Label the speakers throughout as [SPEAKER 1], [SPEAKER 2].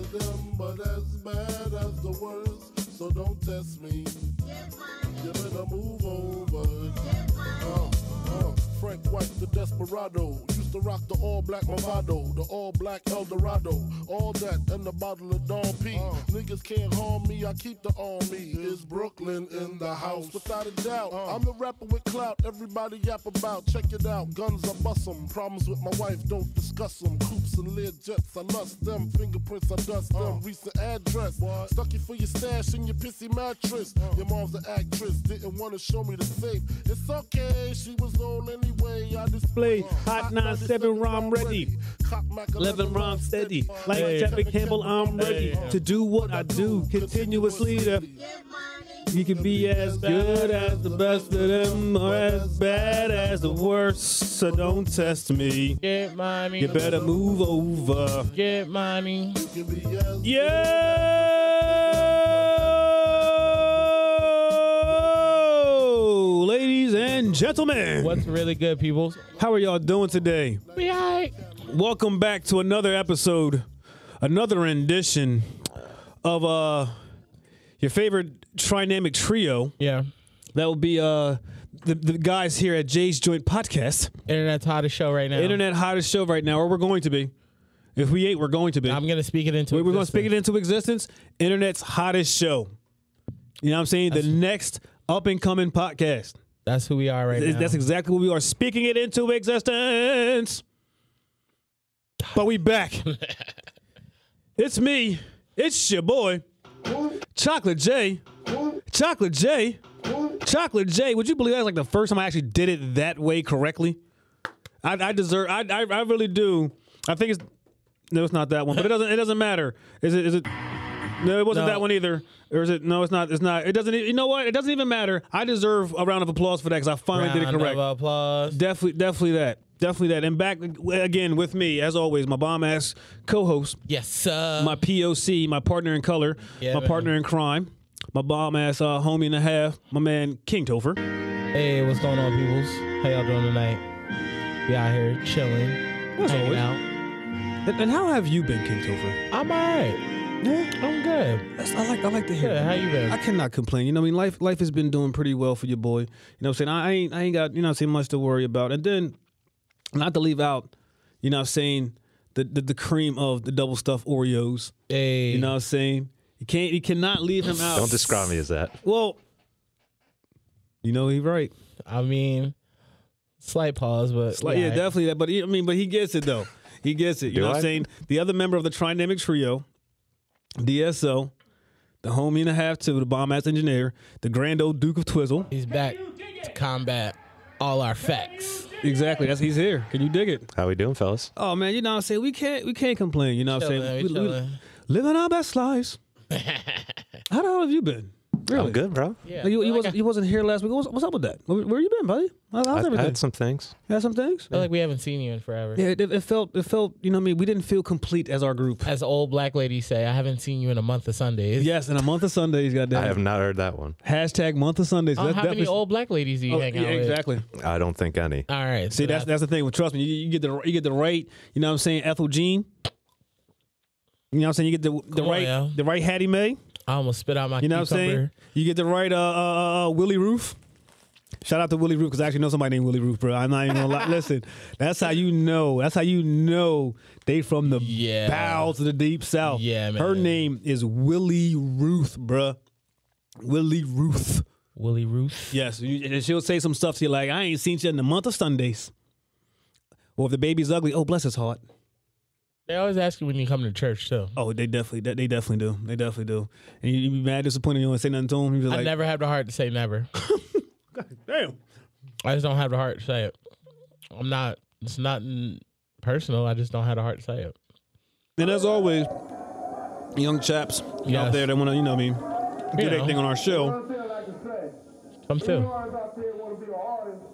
[SPEAKER 1] them, but as bad as the worst. So don't test me. You better move over. Uh, uh, Frank White, the desperado. Used to rock the all black Movado, the all black Eldorado. All that and the bottle of Dawn P. Niggas can't harm me, I keep the army. It's Brooklyn in the house. Without a doubt, I'm the rapper with clout. Everybody yap about, check it out. Guns, I bust 'em. Problems with my wife, don't discuss 'em. Coops and lid jets, I lust them. Fingerprints, I dust them. Recent address. Stuck you for your stash in your pissy mattress. Your mom's an actress, didn't want to show me the safe. It's okay, she was old anyway. I just
[SPEAKER 2] Play Hot 97 Rom Ready.
[SPEAKER 1] Cock Mac
[SPEAKER 2] 11 Rom Steady. Like
[SPEAKER 3] Hey.
[SPEAKER 2] Jack Campbell, I'm ready
[SPEAKER 3] Hey.
[SPEAKER 2] to do what I do continuously. To, you can be as good as the best of them or as bad as the worst. So don't test me.
[SPEAKER 3] Get money.
[SPEAKER 2] You better move over.
[SPEAKER 3] Get money.
[SPEAKER 1] Can be as
[SPEAKER 2] Yo, ladies and gentlemen,
[SPEAKER 3] What's really good, people?
[SPEAKER 2] how are y'all doing today?
[SPEAKER 3] Be alright.
[SPEAKER 2] Welcome back to another episode, another rendition of uh your favorite trinamic trio.
[SPEAKER 3] Yeah.
[SPEAKER 2] That will be uh the, the guys here at Jay's Joint Podcast,
[SPEAKER 3] Internet's hottest show right now.
[SPEAKER 2] internet hottest show right now, or we're going to be. If we ain't, we're going to be.
[SPEAKER 3] I'm gonna speak it into.
[SPEAKER 2] We're going to speak it into existence. Internet's hottest show. You know what I'm saying? The next up and coming podcast.
[SPEAKER 3] That's who we are right
[SPEAKER 2] Th-
[SPEAKER 3] now.
[SPEAKER 2] That's exactly what we are speaking it into existence. But we back. it's me. It's your boy, Chocolate J. Chocolate J. Chocolate J. Would you believe that's like the first time I actually did it that way correctly? I, I deserve. I, I I really do. I think it's no, it's not that one. But it doesn't. It doesn't matter. Is it? Is it? No, it wasn't
[SPEAKER 3] No.
[SPEAKER 2] that one either. Or is it? No, it's not. It's not. It doesn't. e- You know what? It doesn't even matter. I deserve a round of applause for that because I finally
[SPEAKER 3] Round
[SPEAKER 2] did it correct.
[SPEAKER 3] Of applause.
[SPEAKER 2] Definitely, definitely that. Definitely that. And back again with me, as always, my bomb ass co host,
[SPEAKER 3] Yes, sir.
[SPEAKER 2] my POC, my partner in color,
[SPEAKER 3] Yeah,
[SPEAKER 2] my
[SPEAKER 3] man.
[SPEAKER 2] partner in crime, my bomb ass uh, homie and a half, my man King Topher.
[SPEAKER 3] hey, what's going on, peoples? How y'all doing tonight? We out here chilling, hanging
[SPEAKER 2] always.
[SPEAKER 3] out.
[SPEAKER 2] And, and how have you been, King Topher?
[SPEAKER 3] I'm alright. I'm good.
[SPEAKER 2] That's, I like I like to hear.
[SPEAKER 3] Good.
[SPEAKER 2] that.
[SPEAKER 3] How you been?
[SPEAKER 2] I cannot complain. You know, I mean, life life has been doing pretty well for your boy. You know, what I'm saying I, I ain't I ain't got you know, what I'm saying much to worry about. And then, not to leave out, you know, what I'm saying the the, the cream of the double stuffed Oreos.
[SPEAKER 3] hey.
[SPEAKER 2] You know what I'm saying? You can't you cannot leave him out.
[SPEAKER 4] Don't describe me as that.
[SPEAKER 2] Well, you know he right.
[SPEAKER 3] I mean, slight pause, but
[SPEAKER 2] Like, yeah, definitely that. But he, I mean, but he gets it though. He gets it. You
[SPEAKER 4] Do
[SPEAKER 2] know what
[SPEAKER 4] I?
[SPEAKER 2] I'm saying? The other member of the Trinamic Trio, DSO, the homie and a half to the bomb ass engineer, the grand old Duke of Twizzle.
[SPEAKER 3] he's back to combat all our facts.
[SPEAKER 2] Exactly. That's he's here. Can you dig it?
[SPEAKER 4] How we doing, fellas?
[SPEAKER 2] Oh man, you know what I'm saying? We can't we can't complain. You know what I'm
[SPEAKER 3] Chillin',
[SPEAKER 2] saying?
[SPEAKER 3] we
[SPEAKER 2] We- we-
[SPEAKER 3] chillin'.
[SPEAKER 2] living our best lives. How the hell have you been? Really?
[SPEAKER 4] I'm good, bro.
[SPEAKER 3] Yeah,
[SPEAKER 2] You, you,
[SPEAKER 3] I feel like
[SPEAKER 2] wasn't, you wasn't here last week. What's, what's up with that? Where, where you been, buddy? How- How's
[SPEAKER 4] I, I
[SPEAKER 2] everything?
[SPEAKER 4] had some things.
[SPEAKER 2] You had some things.
[SPEAKER 3] I feel like we haven't seen you in forever.
[SPEAKER 2] Yeah, it, it felt it felt you know what I mean we didn't feel complete as our group.
[SPEAKER 3] As old black ladies say, I haven't seen you in a month of Sundays.
[SPEAKER 2] Yes, in a month of Sundays, goddamn.
[SPEAKER 4] I have not heard that one.
[SPEAKER 2] Hashtag month of Sundays.
[SPEAKER 3] Oh,
[SPEAKER 2] That's
[SPEAKER 3] how many
[SPEAKER 2] definitely-
[SPEAKER 3] old black ladies do you
[SPEAKER 2] Oh,
[SPEAKER 3] hang out
[SPEAKER 2] yeah,
[SPEAKER 3] with?
[SPEAKER 2] exactly.
[SPEAKER 4] I don't think any.
[SPEAKER 3] All right.
[SPEAKER 2] See, that's that's the thing. Well, trust me, you, you get the you get the right. You know what I'm saying, Ethel Jean. You know what I'm saying. You get the the
[SPEAKER 3] Come on,
[SPEAKER 2] right
[SPEAKER 3] yo.
[SPEAKER 2] the right Hattie Mae.
[SPEAKER 3] I almost spit out my
[SPEAKER 2] You know what I'm
[SPEAKER 3] cucumber.
[SPEAKER 2] saying. You get the right uh, uh, uh, uh Willie Roof. Shout out to Willie Roof because I actually know somebody named Willie Roof, bro. I'm not even gonna lie. Listen, that's how you know. That's how you know they from the
[SPEAKER 3] Yeah.
[SPEAKER 2] bowels of the deep south.
[SPEAKER 3] Yeah, man.
[SPEAKER 2] Her name is Willie Ruth, bruh. Willie Ruth.
[SPEAKER 3] Willie Ruth.
[SPEAKER 2] Yes, you, and she'll say some stuff to you like, "I ain't seen you in the month of Sundays," or if the baby's ugly, oh bless his heart.
[SPEAKER 3] They always ask you when you come to church too.
[SPEAKER 2] Oh, they definitely, they definitely do. They definitely do. And you, you be mad, disappointed, you don't say nothing to him. He's
[SPEAKER 3] I
[SPEAKER 2] like,
[SPEAKER 3] never have the heart to say never.
[SPEAKER 2] "Damn."
[SPEAKER 3] I just don't have the heart to say it. I'm not. It's not mm, personal. I just don't have the heart to say it.
[SPEAKER 2] And as always, young chaps out
[SPEAKER 3] Yes.
[SPEAKER 2] there that want to, you know, what I mean, do
[SPEAKER 3] You
[SPEAKER 2] their
[SPEAKER 3] know.
[SPEAKER 2] thing on our show.
[SPEAKER 5] One thing I like to say,
[SPEAKER 3] Come
[SPEAKER 5] you
[SPEAKER 3] too.
[SPEAKER 5] guys out there want to be an artist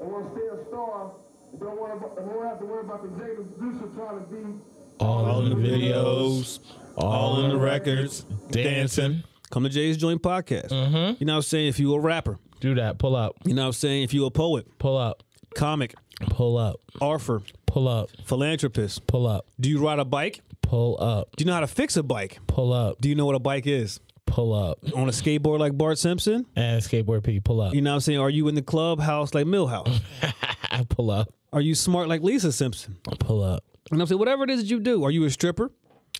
[SPEAKER 5] and want to stay a star and don't want to don't have to worry about the Jada producer trying to be
[SPEAKER 3] All in the videos,
[SPEAKER 2] all in the records,
[SPEAKER 3] dancing.
[SPEAKER 2] Come to Jay's Joint Podcast. Mm-hmm. You know what I'm saying? If you a rapper,
[SPEAKER 3] Do that. Pull up.
[SPEAKER 2] you know what I'm saying? If you a poet,
[SPEAKER 3] Pull up.
[SPEAKER 2] comic,
[SPEAKER 3] Pull up.
[SPEAKER 2] arfer,
[SPEAKER 3] Pull up.
[SPEAKER 2] Philanthropist.
[SPEAKER 3] Pull up.
[SPEAKER 2] Do you ride a bike?
[SPEAKER 3] Pull up.
[SPEAKER 2] Do you know how to fix a bike?
[SPEAKER 3] Pull up.
[SPEAKER 2] Do you know what a bike is?
[SPEAKER 3] Pull up.
[SPEAKER 2] On a skateboard like Bart Simpson?
[SPEAKER 3] And skateboard P. Pull up.
[SPEAKER 2] You know what I'm saying? Are you in the clubhouse like Millhouse?
[SPEAKER 3] Pull up.
[SPEAKER 2] Are you smart like Lisa Simpson?
[SPEAKER 3] Pull up.
[SPEAKER 2] And I'm saying, whatever it is that you do, are you a stripper?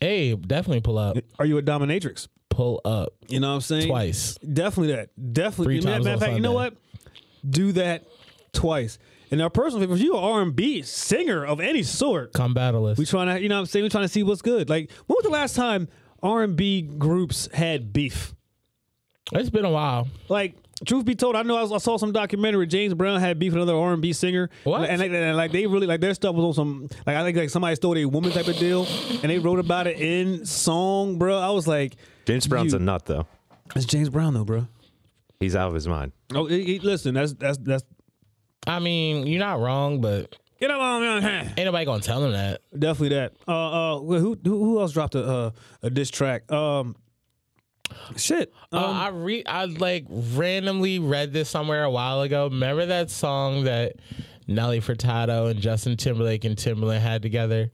[SPEAKER 3] Hey, definitely pull up.
[SPEAKER 2] Are you a dominatrix?
[SPEAKER 3] Pull up
[SPEAKER 2] You know what I'm saying?
[SPEAKER 3] twice.
[SPEAKER 2] Definitely that. Definitely.
[SPEAKER 3] Three
[SPEAKER 2] Matter-
[SPEAKER 3] times
[SPEAKER 2] matter of
[SPEAKER 3] on
[SPEAKER 2] fact, you know what?
[SPEAKER 3] Sunday.
[SPEAKER 2] Do that twice. And our personal favorite, if you're an R&B singer of any sort,
[SPEAKER 3] Come battle us.
[SPEAKER 2] we trying to, you know what I'm saying? We trying to see what's good. Like, when was the last time R&B groups had beef?
[SPEAKER 3] It's been a while.
[SPEAKER 2] Like, truth be told, I know I, was- I saw some documentary. James Brown had beef with another R and B singer.
[SPEAKER 3] What?
[SPEAKER 2] And like, and like they really like their stuff was on some like I think like somebody stole a woman type of deal, and they wrote about it in song, bro. I was like,
[SPEAKER 4] James Brown's
[SPEAKER 2] You-
[SPEAKER 4] a nut, though.
[SPEAKER 2] it's James Brown though, bro.
[SPEAKER 4] He's out of his mind.
[SPEAKER 2] Oh, he- he- listen, that's that's that's
[SPEAKER 3] I mean, you're not wrong, but
[SPEAKER 2] get up on man.
[SPEAKER 3] ain't nobody gonna tell him that.
[SPEAKER 2] Definitely that. Uh, uh, who who who else dropped a uh, a diss track? Um, shit. Um,
[SPEAKER 3] Uh, I re I like randomly read this somewhere a while ago. Remember that song that Nelly Furtado and Justin Timberlake and Timberland had together?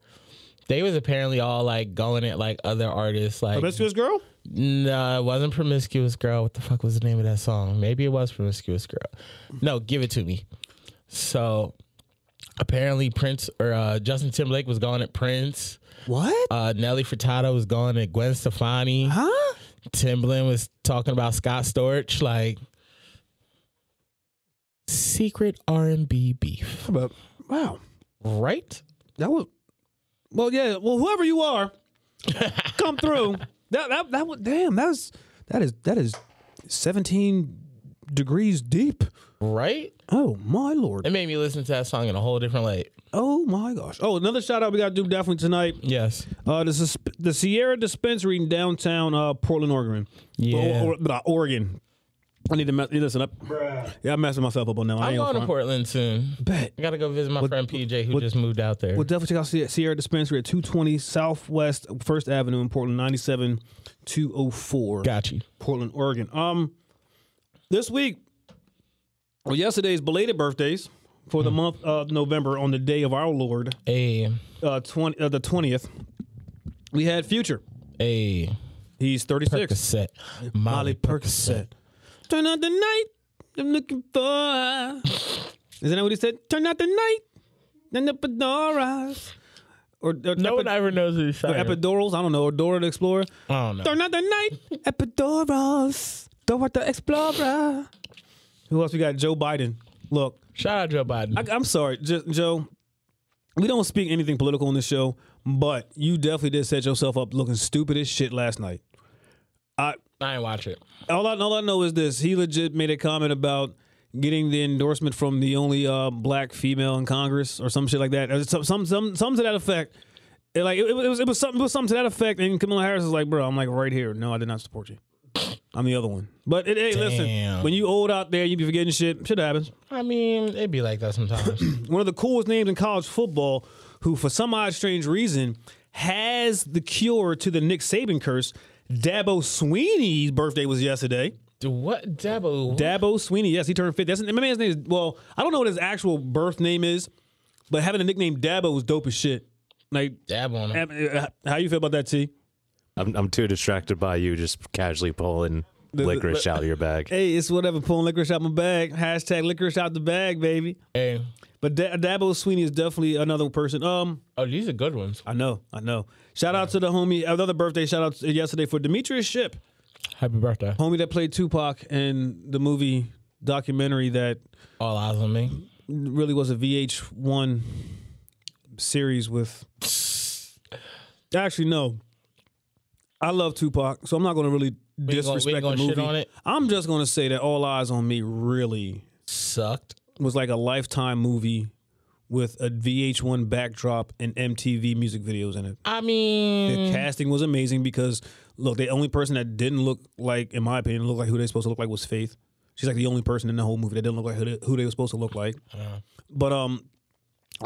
[SPEAKER 3] They was apparently all like going at like other artists. Like,
[SPEAKER 2] promiscuous girl.
[SPEAKER 3] no, it wasn't promiscuous girl. What the fuck was the name of that song? Maybe it was promiscuous girl. No, give it to me. So apparently Prince or uh, Justin Timberlake was going at Prince.
[SPEAKER 2] What?
[SPEAKER 3] Uh, Nelly Furtado was going at Gwen Stefani.
[SPEAKER 2] huh?
[SPEAKER 3] Timbaland was talking about Scott Storch, like secret R and B beef,
[SPEAKER 2] But wow.
[SPEAKER 3] right?
[SPEAKER 2] That was well, yeah. Well, whoever you are, come through. That that that was damn. That was that is that is seventeen degrees deep.
[SPEAKER 3] Right?
[SPEAKER 2] Oh my lord.
[SPEAKER 3] It made me listen to that song in a whole different light.
[SPEAKER 2] Oh my gosh. Oh, another shout out we got to do definitely tonight.
[SPEAKER 3] Yes,
[SPEAKER 2] Uh, this is the Sierra Dispensary in downtown uh, Portland, Oregon.
[SPEAKER 3] Yeah.
[SPEAKER 2] Or- or- uh, Oregon. I need to mess, listen up. Yeah, I'm messing myself up on that. one. I
[SPEAKER 3] I'm
[SPEAKER 2] ain't
[SPEAKER 3] going to
[SPEAKER 2] gonna front.
[SPEAKER 3] Portland soon.
[SPEAKER 2] Bet.
[SPEAKER 3] I gotta go visit my friend PJ who just moved out there.
[SPEAKER 2] Well, definitely check out Sie- Sierra Dispensary at 220 Southwest First Avenue in Portland, 97 204.
[SPEAKER 3] Got you.
[SPEAKER 2] Portland, Oregon. Um, this week, well, yesterday's belated birthdays for
[SPEAKER 3] Hmm.
[SPEAKER 2] the month of November on the day of our Lord,
[SPEAKER 3] A
[SPEAKER 2] uh, twenty uh, the twentieth. We had Future.
[SPEAKER 3] a
[SPEAKER 2] He's thirty six.
[SPEAKER 3] Percocet, Molly
[SPEAKER 2] Percocet. Turn out the night I'm looking for. Isn't that what he said? Turn out the night and the fedoras. Or, or
[SPEAKER 3] No one ever knows who he's saying.
[SPEAKER 2] epidurals. I don't know. Or Dora the Explorer.
[SPEAKER 3] I don't know.
[SPEAKER 2] They're not the night. Epiduros. Dora the Explorer. Who else we got? Joe Biden. Look,
[SPEAKER 3] Shout out Joe Biden.
[SPEAKER 2] I, am sorry, J- Joe. We don't speak anything political on this show, but you definitely did set yourself up looking stupid as shit last night. I
[SPEAKER 3] I ain't watch it.
[SPEAKER 2] all I, all I know is this: he legit made a comment about getting the endorsement from the only uh, black female in Congress or some shit like that. Or Some some some, some to that effect. It, like it, it was it was something it was something to that effect. And Kamala Harris is like, bro, I'm like right here. No, I did not support you. I'm the other one. But it, hey, listen,
[SPEAKER 3] Damn.
[SPEAKER 2] when you old out there, you be forgetting shit. Shit happens.
[SPEAKER 3] I mean, it'd be like that sometimes.
[SPEAKER 2] One of the coolest names in college football, who for some odd strange reason has the cure to the Nick Saban curse. Dabo Sweeney's birthday was yesterday.
[SPEAKER 3] Dude, what Dabo?
[SPEAKER 2] Dabo Sweeney. Yes, he turned 50. That's my man's name. Is, well, I don't know what his actual birth name is, but having a nickname Dabo was dope as shit. Like,
[SPEAKER 3] Dab on him.
[SPEAKER 2] ab- uh, how you feel about that, T?
[SPEAKER 4] I'm, I'm too distracted by you just casually pulling licorice out of your bag.
[SPEAKER 2] Hey, it's whatever. Pulling licorice out my bag. Hashtag licorice out the bag, baby.
[SPEAKER 3] Hey.
[SPEAKER 2] But da- Dabo Sweeney is definitely another person. Um,
[SPEAKER 3] Oh, these are good ones.
[SPEAKER 2] I know, I know. Shout out to the homie. Another birthday shout out yesterday for Demetrius Ship,
[SPEAKER 3] Happy birthday.
[SPEAKER 2] homie that played Tupac in the movie documentary that
[SPEAKER 3] All eyes on me.
[SPEAKER 2] really was a VH1 series with. Actually, no. I love Tupac, so I'm not going to really
[SPEAKER 3] ain't gonna- we
[SPEAKER 2] disrespect
[SPEAKER 3] ain't gonna
[SPEAKER 2] the
[SPEAKER 3] shit
[SPEAKER 2] movie.
[SPEAKER 3] on it?
[SPEAKER 2] I'm just going to say that All Eyes on Me really
[SPEAKER 3] Sucked.
[SPEAKER 2] was like a lifetime movie with a VH1 backdrop and MTV music videos in it.
[SPEAKER 3] I
[SPEAKER 2] The
[SPEAKER 3] mean,
[SPEAKER 2] casting was amazing because look, the only person that didn't look like, in my opinion, look like who they supposed to look like was Faith. She's like the only person in the whole movie that didn't look like who they, who they were supposed to look like. But um,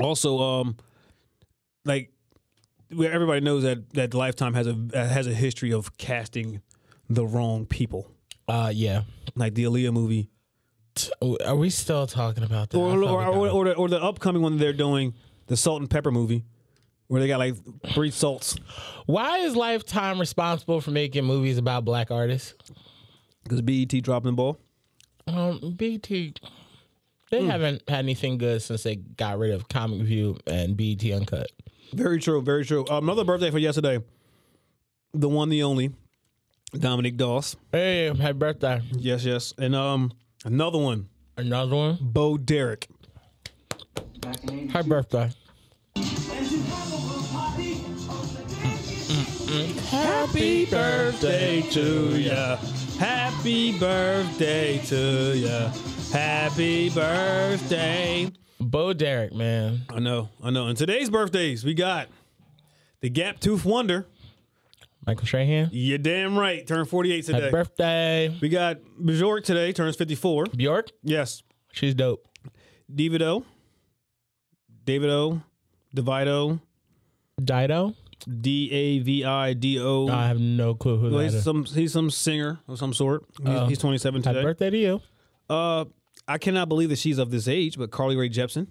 [SPEAKER 2] also um, like we- everybody knows that that Lifetime has a has a history of casting the wrong people,
[SPEAKER 3] uh, yeah.
[SPEAKER 2] like the Aaliyah movie,
[SPEAKER 3] T- Are we still talking about that? I
[SPEAKER 2] or
[SPEAKER 3] thought
[SPEAKER 2] or,
[SPEAKER 3] we
[SPEAKER 2] or,
[SPEAKER 3] got
[SPEAKER 2] or, the, or the upcoming one they're doing the Salt and Pepper movie, where they got like three salts
[SPEAKER 3] Why is Lifetime responsible for making movies about black artists?
[SPEAKER 2] because BET E dropping the ball.
[SPEAKER 3] Um, BT, they
[SPEAKER 2] Hmm.
[SPEAKER 3] haven't had anything good since they got rid of Comic View and BT Uncut.
[SPEAKER 2] Very true. Very true. Uh, another birthday for yesterday. The one, the only, Dominic Doss.
[SPEAKER 3] Hey, happy birthday!
[SPEAKER 2] Yes, yes. And um, another one,
[SPEAKER 3] Another one.
[SPEAKER 2] Bo Derek.
[SPEAKER 3] Happy birthday.
[SPEAKER 2] Happy birthday to ya. Happy birthday to ya. Happy birthday.
[SPEAKER 3] Bo Derek, man.
[SPEAKER 2] I know, I know. And today's birthdays, we got the Gap Tooth Wonder.
[SPEAKER 3] Michael Strahan.
[SPEAKER 2] You're damn right. Turned 48
[SPEAKER 3] Happy
[SPEAKER 2] today.
[SPEAKER 3] birthday.
[SPEAKER 2] We got Bjork today, turns 54.
[SPEAKER 3] Bjork.
[SPEAKER 2] Yes.
[SPEAKER 3] She's dope.
[SPEAKER 2] Davido. Davido. Divido.
[SPEAKER 3] Dido.
[SPEAKER 2] D A V I D O.
[SPEAKER 3] I have no clue who
[SPEAKER 2] Well,
[SPEAKER 3] that
[SPEAKER 2] He's
[SPEAKER 3] is.
[SPEAKER 2] some he's some singer of some sort. He's,
[SPEAKER 3] Oh.
[SPEAKER 2] he's 27
[SPEAKER 3] Happy
[SPEAKER 2] today.
[SPEAKER 3] birthday to you.
[SPEAKER 2] Uh, I cannot believe that she's of this age, but Carly Rae Jepsen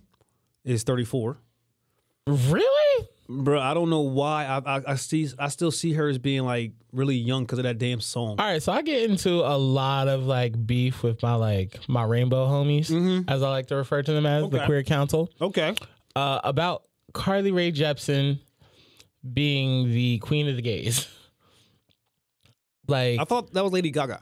[SPEAKER 2] is 34.
[SPEAKER 3] Really?
[SPEAKER 2] Bro, I don't know why I, I I see I still see her as being like really young because of that damn song.
[SPEAKER 3] All right, so I get into a lot of like beef with my like my rainbow homies, as I like to refer to them as the
[SPEAKER 2] Mm-hmm. Okay.
[SPEAKER 3] queer council,
[SPEAKER 2] Okay,
[SPEAKER 3] uh, about Carly Rae Jepsen being the queen of the gays. Like
[SPEAKER 2] I
[SPEAKER 3] I,
[SPEAKER 2] thought that was Lady Gaga.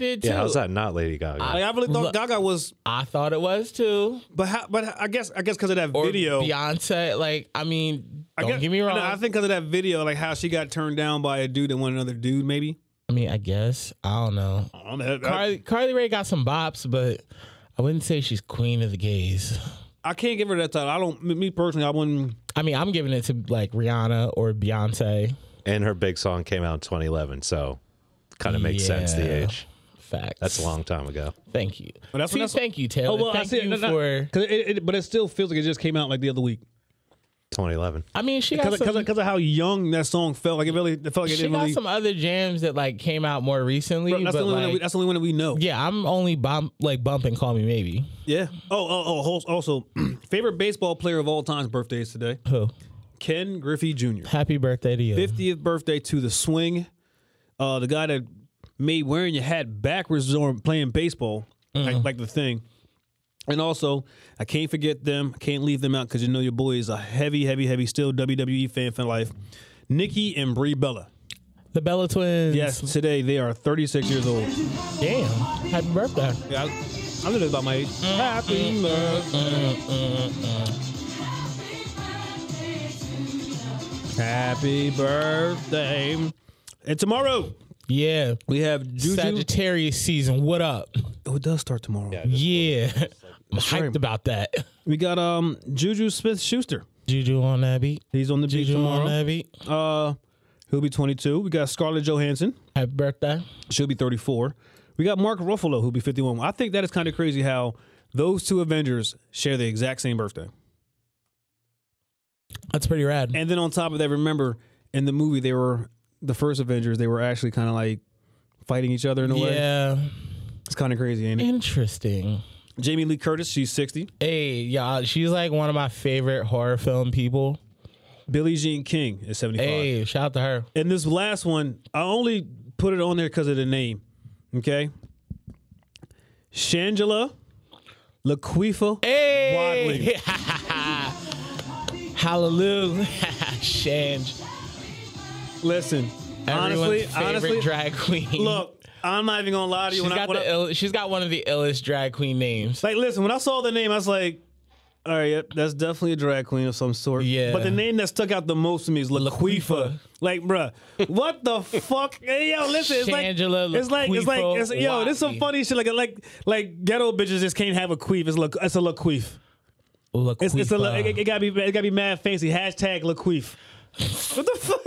[SPEAKER 3] did too.
[SPEAKER 4] Yeah, how's that not Lady Gaga?
[SPEAKER 2] Like, I really thought
[SPEAKER 3] Look-
[SPEAKER 2] Gaga was,
[SPEAKER 3] I thought it was too.
[SPEAKER 2] but how, but I guess I guess because of that
[SPEAKER 3] Or
[SPEAKER 2] video.
[SPEAKER 3] Beyonce. Like I mean,
[SPEAKER 2] I
[SPEAKER 3] don't
[SPEAKER 2] guess-
[SPEAKER 3] get me wrong.
[SPEAKER 2] no, I think because of that video, like how she got turned down by a dude and one another dude, maybe.
[SPEAKER 3] I mean, I guess I don't know.
[SPEAKER 2] I don't know, that- that-
[SPEAKER 3] Carly Carly Rae got some bops, but I wouldn't say she's queen of the gays.
[SPEAKER 2] I can't give her that title. I don't. Me personally, I wouldn't.
[SPEAKER 3] I mean, I'm giving it to like Rihanna or Beyonce.
[SPEAKER 4] and her big song came out in 2011, so kind of makes sense the
[SPEAKER 3] Yeah.
[SPEAKER 4] age.
[SPEAKER 3] Facts.
[SPEAKER 4] That's a long time ago.
[SPEAKER 3] Thank you.
[SPEAKER 2] But that's-
[SPEAKER 3] See,
[SPEAKER 2] that's-
[SPEAKER 3] thank you, Taylor. thank you for.
[SPEAKER 2] it, it, but it still feels like it just came out like the other week
[SPEAKER 4] 2011.
[SPEAKER 3] I mean, she got
[SPEAKER 2] because
[SPEAKER 3] some.
[SPEAKER 2] of, how young that song felt. Like it really it felt like it
[SPEAKER 3] she
[SPEAKER 2] didn't
[SPEAKER 3] got
[SPEAKER 2] really.
[SPEAKER 3] some other jams that like came out more recently,
[SPEAKER 2] Bro, that's, the
[SPEAKER 3] but
[SPEAKER 2] only one that we,
[SPEAKER 3] like,
[SPEAKER 2] that's the only one that we know.
[SPEAKER 3] yeah, I'm only bump like bump and call me maybe.
[SPEAKER 2] Yeah. Oh, oh, oh. hos- Also, favorite baseball player of all time's birthday is today.
[SPEAKER 3] Who?
[SPEAKER 2] Ken Griffey Jr.
[SPEAKER 3] Happy birthday to you.
[SPEAKER 2] 50th birthday to the swing. Uh, the guy that made wearing your hat backwards or playing baseball, like, like the thing. And also, I can't forget them. I can't leave them out because you know your boy is a heavy, heavy, heavy, still WWE fan for life. Nikki and Brie Bella.
[SPEAKER 3] The Bella Twins.
[SPEAKER 2] Yes, today they are 36 years old.
[SPEAKER 3] Damn. Happy birthday.
[SPEAKER 2] Yeah, I, I live about my age. Happy birthday. Happy birthday. And tomorrow
[SPEAKER 3] Yeah.
[SPEAKER 2] we have Juju.
[SPEAKER 3] Sagittarius season. What up?
[SPEAKER 2] oh, it does start tomorrow.
[SPEAKER 3] Yeah. I'm hyped
[SPEAKER 2] right.
[SPEAKER 3] about that.
[SPEAKER 2] We got um Juju Smith Schuster.
[SPEAKER 3] Juju on that beat.
[SPEAKER 2] He's on the beat
[SPEAKER 3] Juju on
[SPEAKER 2] tomorrow.
[SPEAKER 3] that beat.
[SPEAKER 2] Uh, he'll be 22. We got Scarlett Johansson.
[SPEAKER 3] Happy birthday.
[SPEAKER 2] She'll be 34. We got Mark Ruffalo, who'll be 51. I think that is kind of crazy how those two Avengers share the exact same birthday.
[SPEAKER 3] That's pretty rad.
[SPEAKER 2] And then on top of that, remember in the movie they were the first Avengers. They were actually kind of like fighting each other in a way.
[SPEAKER 3] yeah.
[SPEAKER 2] It's kind of crazy, ain't it?
[SPEAKER 3] Interesting.
[SPEAKER 2] Jamie Lee Curtis, she's sixty.
[SPEAKER 3] Hey, y'all, she's like one of my favorite horror film people.
[SPEAKER 2] Billie Jean King is seventy-five.
[SPEAKER 3] Hey, shout out to her.
[SPEAKER 2] And this last one, I only put it on there because of the name. Okay, Shangela Laquifa.
[SPEAKER 3] Hey, hallelujah, Shange.
[SPEAKER 2] Listen,
[SPEAKER 3] Everyone's
[SPEAKER 2] honestly,
[SPEAKER 3] favorite
[SPEAKER 2] honestly,
[SPEAKER 3] drag queen.
[SPEAKER 2] look, I'm not even gonna lie to you.
[SPEAKER 3] she's
[SPEAKER 2] when I,
[SPEAKER 3] got
[SPEAKER 2] when
[SPEAKER 3] the
[SPEAKER 2] I-
[SPEAKER 3] Ill, she's got one of the illest drag queen names.
[SPEAKER 2] Like, listen, when I saw the name, I was like, all right, yep, that's definitely a drag queen of some sort.
[SPEAKER 3] Yeah.
[SPEAKER 2] But the name that stuck out the most to me is Laquifa.
[SPEAKER 3] Laquifa.
[SPEAKER 2] Like, bruh, what the fuck? Hey, yo, listen, it's like,
[SPEAKER 3] Shangela
[SPEAKER 2] it's like, it's like, it's, yo, this some
[SPEAKER 3] Laquifa
[SPEAKER 2] funny shit. Like, like, like, ghetto bitches just can't have a queef. It's, la, it's a Laquif. It's, it's a, la- it, it gotta be, it gotta be mad fancy. Hashtag Laquif. what the fuck?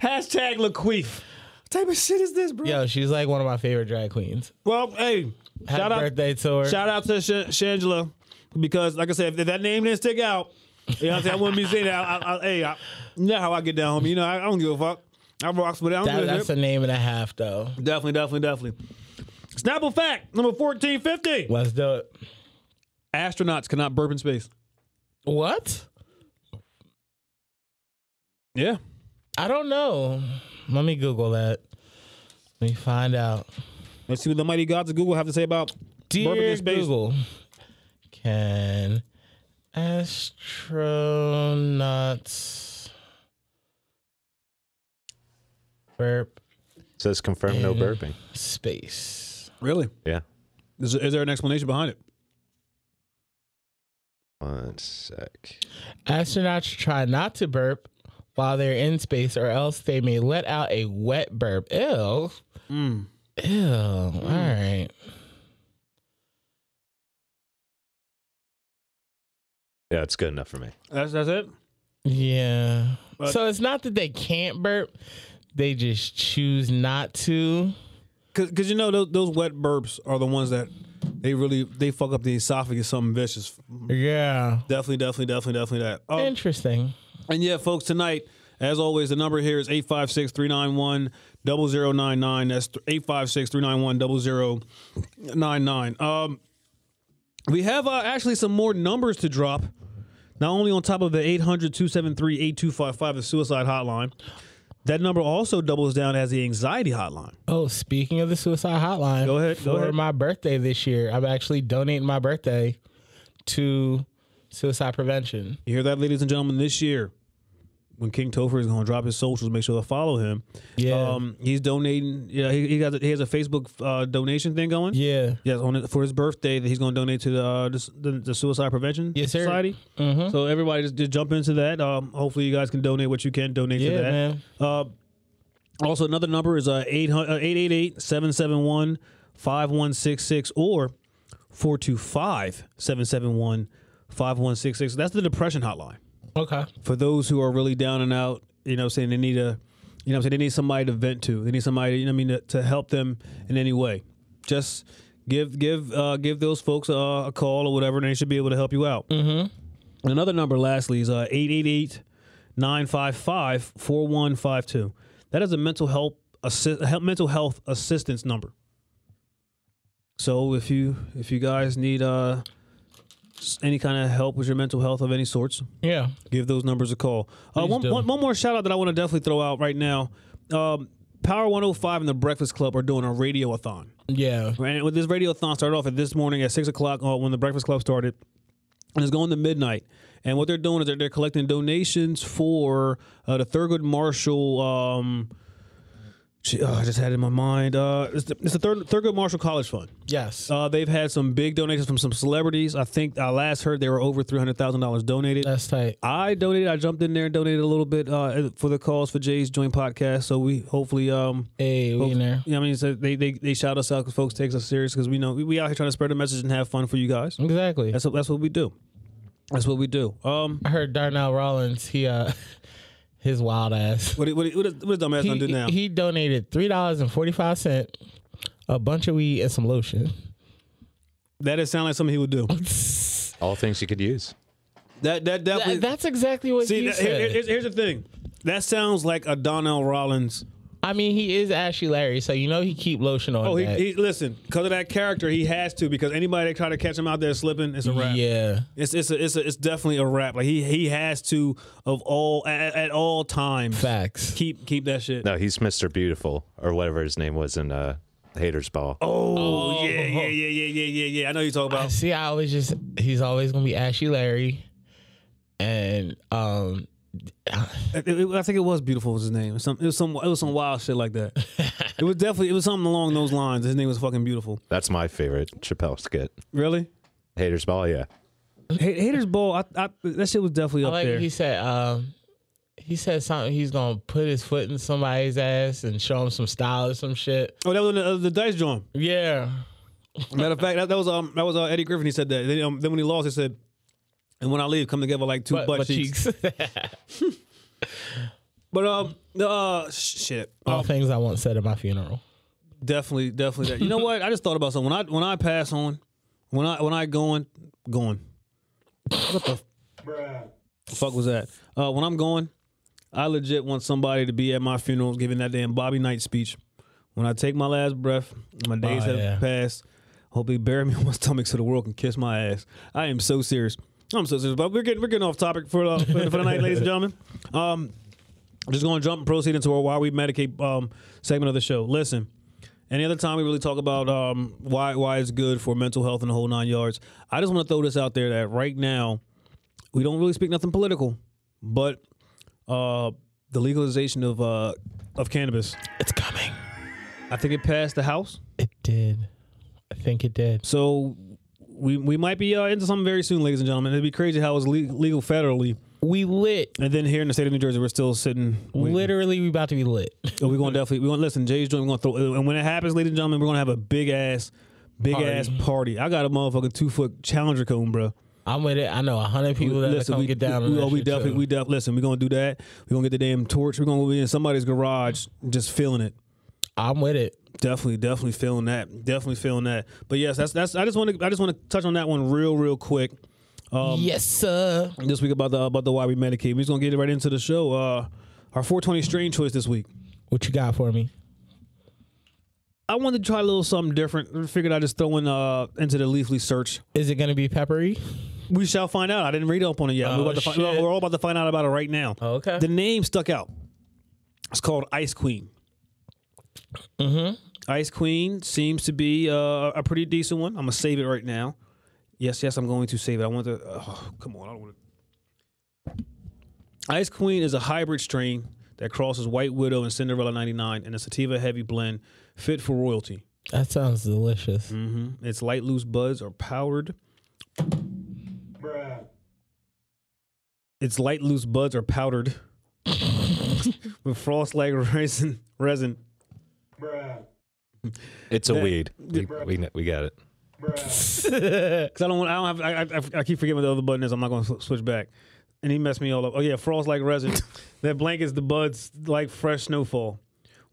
[SPEAKER 2] Hashtag Laquif. What type of shit is this, bro?
[SPEAKER 3] Yo, she's like one of my favorite drag queens.
[SPEAKER 2] Well, hey,
[SPEAKER 3] Happy
[SPEAKER 2] shout out,
[SPEAKER 3] birthday to her.
[SPEAKER 2] Shout out to Sh- Shangela because, like I said, if that name didn't stick out, you know what I'm saying? I wouldn't be saying that. I, I, I, hey, I, you know how I get down, homie. You know, I, I don't give a fuck. I rocks with it. I don't
[SPEAKER 3] that,
[SPEAKER 2] give a
[SPEAKER 3] that's a
[SPEAKER 2] shit.
[SPEAKER 3] name and a half, though.
[SPEAKER 2] Definitely, definitely, definitely. Snapple fact number 1450
[SPEAKER 3] Let's do it.
[SPEAKER 2] astronauts cannot burp in space.
[SPEAKER 3] What?
[SPEAKER 2] Yeah.
[SPEAKER 3] I don't know. Let me Google that. Let me find out.
[SPEAKER 2] Let's see what the mighty gods of Google have to say about Bourbon
[SPEAKER 3] Dear
[SPEAKER 2] in space.
[SPEAKER 3] Google, can astronauts burp
[SPEAKER 4] says confirm no
[SPEAKER 3] Yeah.
[SPEAKER 4] burping.
[SPEAKER 3] space?
[SPEAKER 2] Really?
[SPEAKER 4] Yeah.
[SPEAKER 2] Is, is there an explanation behind it?
[SPEAKER 4] One sec.
[SPEAKER 3] Astronauts try not to burp while they're in space, or else they may let out a wet burp. Ew.
[SPEAKER 2] Mm.
[SPEAKER 3] Ew. All right.
[SPEAKER 4] Yeah, it's good enough for me.
[SPEAKER 2] That's that's it.
[SPEAKER 3] Yeah.
[SPEAKER 2] But-
[SPEAKER 3] so it's not that they can't burp, they just choose not to.
[SPEAKER 2] Cause, 'cause you know those, those wet burps are the ones that they really they fuck up the esophagus something vicious.
[SPEAKER 3] Yeah.
[SPEAKER 2] Definitely, definitely, definitely, definitely that. Mm. Um,
[SPEAKER 3] Interesting.
[SPEAKER 2] And yeah, folks, tonight, as always, the number here is 856 391 0099. That's 856 391 0099. Um, we have uh, actually some more numbers to drop, not only on top of the 800 273 8255, the suicide hotline. That number also doubles down as the anxiety hotline.
[SPEAKER 3] Oh, speaking of the suicide hotline,
[SPEAKER 2] Go ahead, go
[SPEAKER 3] for
[SPEAKER 2] ahead.
[SPEAKER 3] my birthday this year, I'm actually donating my birthday to suicide prevention.
[SPEAKER 2] You hear that, ladies and gentlemen? This year, when King Topher is going to drop his socials, make sure to follow him.
[SPEAKER 3] Yeah.
[SPEAKER 2] Um, he's donating. Yeah, he, he got he has a Facebook uh, donation thing going.
[SPEAKER 3] yeah.
[SPEAKER 2] Yes, on his, for his birthday that he's going to donate to the, uh, the, the the suicide prevention
[SPEAKER 3] Yes, sir. Mm-hmm.
[SPEAKER 2] society. So everybody just, just jump into that. Um, hopefully you guys can donate what you can donate to
[SPEAKER 3] Yeah,
[SPEAKER 2] that.
[SPEAKER 3] man.
[SPEAKER 2] Uh, also another number is uh 888-771-5166 or 425-771-5166. That's the depression hotline
[SPEAKER 3] Okay.
[SPEAKER 2] for those who are really down and out, you know, what I'm saying they need a, you know, what I'm saying they need somebody to vent to. They need somebody, you know, what I mean, to, to help them in any way. Just give give uh, give those folks a, a call or whatever, and they should be able to help you out. Mm-hmm. Another number, lastly, is uh, 888 955 4152. That is a mental health assist, he- mental health assistance number. So if you if you guys need uh, s- any kind of help with your mental health of any sorts,
[SPEAKER 3] Yeah.
[SPEAKER 2] give those numbers a call. Uh,
[SPEAKER 3] Please
[SPEAKER 2] one,
[SPEAKER 3] do.
[SPEAKER 2] one, one more shout out that I want to definitely throw out right now. Um, Power 105 and the Breakfast Club are doing a radiothon.
[SPEAKER 3] Yeah.
[SPEAKER 2] And with this radiothon started off at this morning at six o'clock uh, when the Breakfast Club started, and it's going to midnight. And what they're doing is they're, they're collecting donations for uh, the Thurgood Marshall. Um, gee, oh, I just had it in my mind. Uh, it's the, it's the Thur- Thurgood Marshall College Fund.
[SPEAKER 3] Yes.
[SPEAKER 2] Uh, they've had some big donations from some celebrities. I think I last heard they were over three hundred thousand dollars donated.
[SPEAKER 3] That's tight.
[SPEAKER 2] I donated. I jumped in there and donated a little bit uh, for the cause for Jay's joint podcast. So we hopefully, um,
[SPEAKER 3] Hey, we
[SPEAKER 2] folks,
[SPEAKER 3] in there.
[SPEAKER 2] you know what I mean, so they, they they shout us out because folks takes us serious because we know we, we out here trying to spread the message and have fun for you guys.
[SPEAKER 3] Exactly.
[SPEAKER 2] That's what that's what we do. That's what we do. Um,
[SPEAKER 3] I heard Darnell Rollins, he uh his wild ass.
[SPEAKER 2] what what what is, what is dumbass gonna do now?
[SPEAKER 3] he donated three dollars and forty five cent, a bunch of weed and some lotion.
[SPEAKER 2] that does sound like something he would do.
[SPEAKER 4] All things you could use.
[SPEAKER 2] That that definitely.
[SPEAKER 3] Th- that's exactly what
[SPEAKER 2] see,
[SPEAKER 3] he
[SPEAKER 2] that, here-
[SPEAKER 3] said.
[SPEAKER 2] here's, here's the thing. That sounds like a Donnell Rollins.
[SPEAKER 3] I mean, he is Ashley Larry, so you know he keep lotion on.
[SPEAKER 2] Oh, he,
[SPEAKER 3] that.
[SPEAKER 2] he listen because of that character. He has to because anybody that try to catch him out there slipping, it's a wrap.
[SPEAKER 3] yeah,
[SPEAKER 2] It's it's a, it's a, it's definitely a wrap. Like he he has to of all at, at all times
[SPEAKER 3] facts.
[SPEAKER 2] keep keep that shit.
[SPEAKER 4] No, he's Mr. Beautiful or whatever his name was in uh, Haters Ball.
[SPEAKER 2] Oh, yeah yeah yeah yeah yeah yeah yeah. I know you talk about.
[SPEAKER 3] See, I always just he's always gonna be Ashley Larry, and um,
[SPEAKER 2] It- it- I think it was beautiful. Was his name? It was some it was some it was some wild shit like that. it was definitely it was something along those lines. His name was fucking beautiful.
[SPEAKER 4] That's my favorite Chappelle skit.
[SPEAKER 2] Really.
[SPEAKER 4] Haters Ball, yeah.
[SPEAKER 2] H- Haters ball. I, I that shit was definitely
[SPEAKER 3] I
[SPEAKER 2] up
[SPEAKER 3] like
[SPEAKER 2] there.
[SPEAKER 3] he said um. He said something. He's gonna put his foot in somebody's ass and show him some style or some shit.
[SPEAKER 2] Oh, that was in the, uh, the dice drum.
[SPEAKER 3] Yeah,
[SPEAKER 2] Matter of fact, that, that was um that was uh, Eddie Griffin. He said that. Then, um, then when he lost, he said, "And when I leave, come together like two
[SPEAKER 3] but,
[SPEAKER 2] butt,
[SPEAKER 3] but
[SPEAKER 2] cheeks.
[SPEAKER 3] cheeks.
[SPEAKER 2] But um, uh, shit.
[SPEAKER 3] All things I once said at my funeral.
[SPEAKER 2] Definitely, definitely that. You know what? I just thought about something. When I when I pass on, when I when I going going, what the f- fuck was that? Uh, when I'm going, I legit want somebody to be at my funeral giving that damn Bobby Knight speech. When I take my last breath, my days
[SPEAKER 3] Oh,
[SPEAKER 2] have
[SPEAKER 3] yeah.
[SPEAKER 2] passed. Hope they bury me on my stomach so the world can kiss my ass. I am so serious. I'm so serious. But we're getting we're getting off topic for uh, for the night, ladies and gentlemen. Um, I'm just going to jump and proceed into our why we medicate um, segment of the show. Listen, any other time we really talk about um, why why it's good for mental health and the whole nine yards. I just want to throw this out there that right now we don't really speak nothing political, but uh, the legalization of uh, of cannabis.
[SPEAKER 3] It's coming.
[SPEAKER 2] I think it passed the House,
[SPEAKER 3] It did. I think it did.
[SPEAKER 2] so we we might be uh, into something very soon, ladies and gentlemen. It'd be crazy how it's le- legal federally,
[SPEAKER 3] We lit.
[SPEAKER 2] and then here in the state of New Jersey, we're still sitting. waiting.
[SPEAKER 3] Literally, we about to be lit.
[SPEAKER 2] So Oh, we're gonna definitely we're gonna listen. Jay's joint. We're gonna throw and when it happens, ladies and gentlemen, we're gonna have a big ass, big
[SPEAKER 3] Party.
[SPEAKER 2] ass party. I got a motherfucking two foot challenger cone, bro.
[SPEAKER 3] I'm with it. I know a hundred people that come
[SPEAKER 2] we
[SPEAKER 3] get down. on
[SPEAKER 2] We,
[SPEAKER 3] that
[SPEAKER 2] oh, we
[SPEAKER 3] shit,
[SPEAKER 2] definitely
[SPEAKER 3] too.
[SPEAKER 2] we definitely listen. We're gonna do that. We're gonna get the damn torch. We're gonna be in somebody's garage, just feeling it.
[SPEAKER 3] I'm with it.
[SPEAKER 2] Definitely, definitely feeling that. Definitely feeling that. But yes, that's that's. I just want to I just want to touch on that one real real quick. Um,
[SPEAKER 3] yes, sir.
[SPEAKER 2] This week about the about the why we medicate. We're just gonna get right into the show. Uh, our 420 strain choice this week.
[SPEAKER 3] What you got for me?
[SPEAKER 2] I wanted to try a little something different. Figured I'd just throw in uh, into the Leafly search.
[SPEAKER 3] Is it gonna be peppery?
[SPEAKER 2] We shall find out. I didn't read up on it yet. we're,
[SPEAKER 3] Oh,
[SPEAKER 2] about to find,
[SPEAKER 3] shit. Oh,
[SPEAKER 2] we're all about to find out about it right now.
[SPEAKER 3] Okay.
[SPEAKER 2] The name stuck out. It's called Ice Queen. Mm-hmm. Ice Queen seems to be uh, a pretty decent one. I'm gonna save it right now. Yes, yes, I'm going to save it. I want to. Oh, come on, I don't want to. Ice Queen is a hybrid strain that crosses White Widow and Cinderella '99 in a sativa heavy blend, fit for royalty.
[SPEAKER 3] That sounds delicious.
[SPEAKER 2] Mm. Mm-hmm. Its light loose buds are powdered. Its light loose buds are powdered with frost like resin. Resin.
[SPEAKER 4] It's a weed. We, we, kn- we got it.
[SPEAKER 2] Because I don't want. I don't have. I, I, I keep forgetting what the other button is. I'm not going to switch back. And he messed me all up. Oh yeah, frost like resin that blankets the buds like fresh snowfall.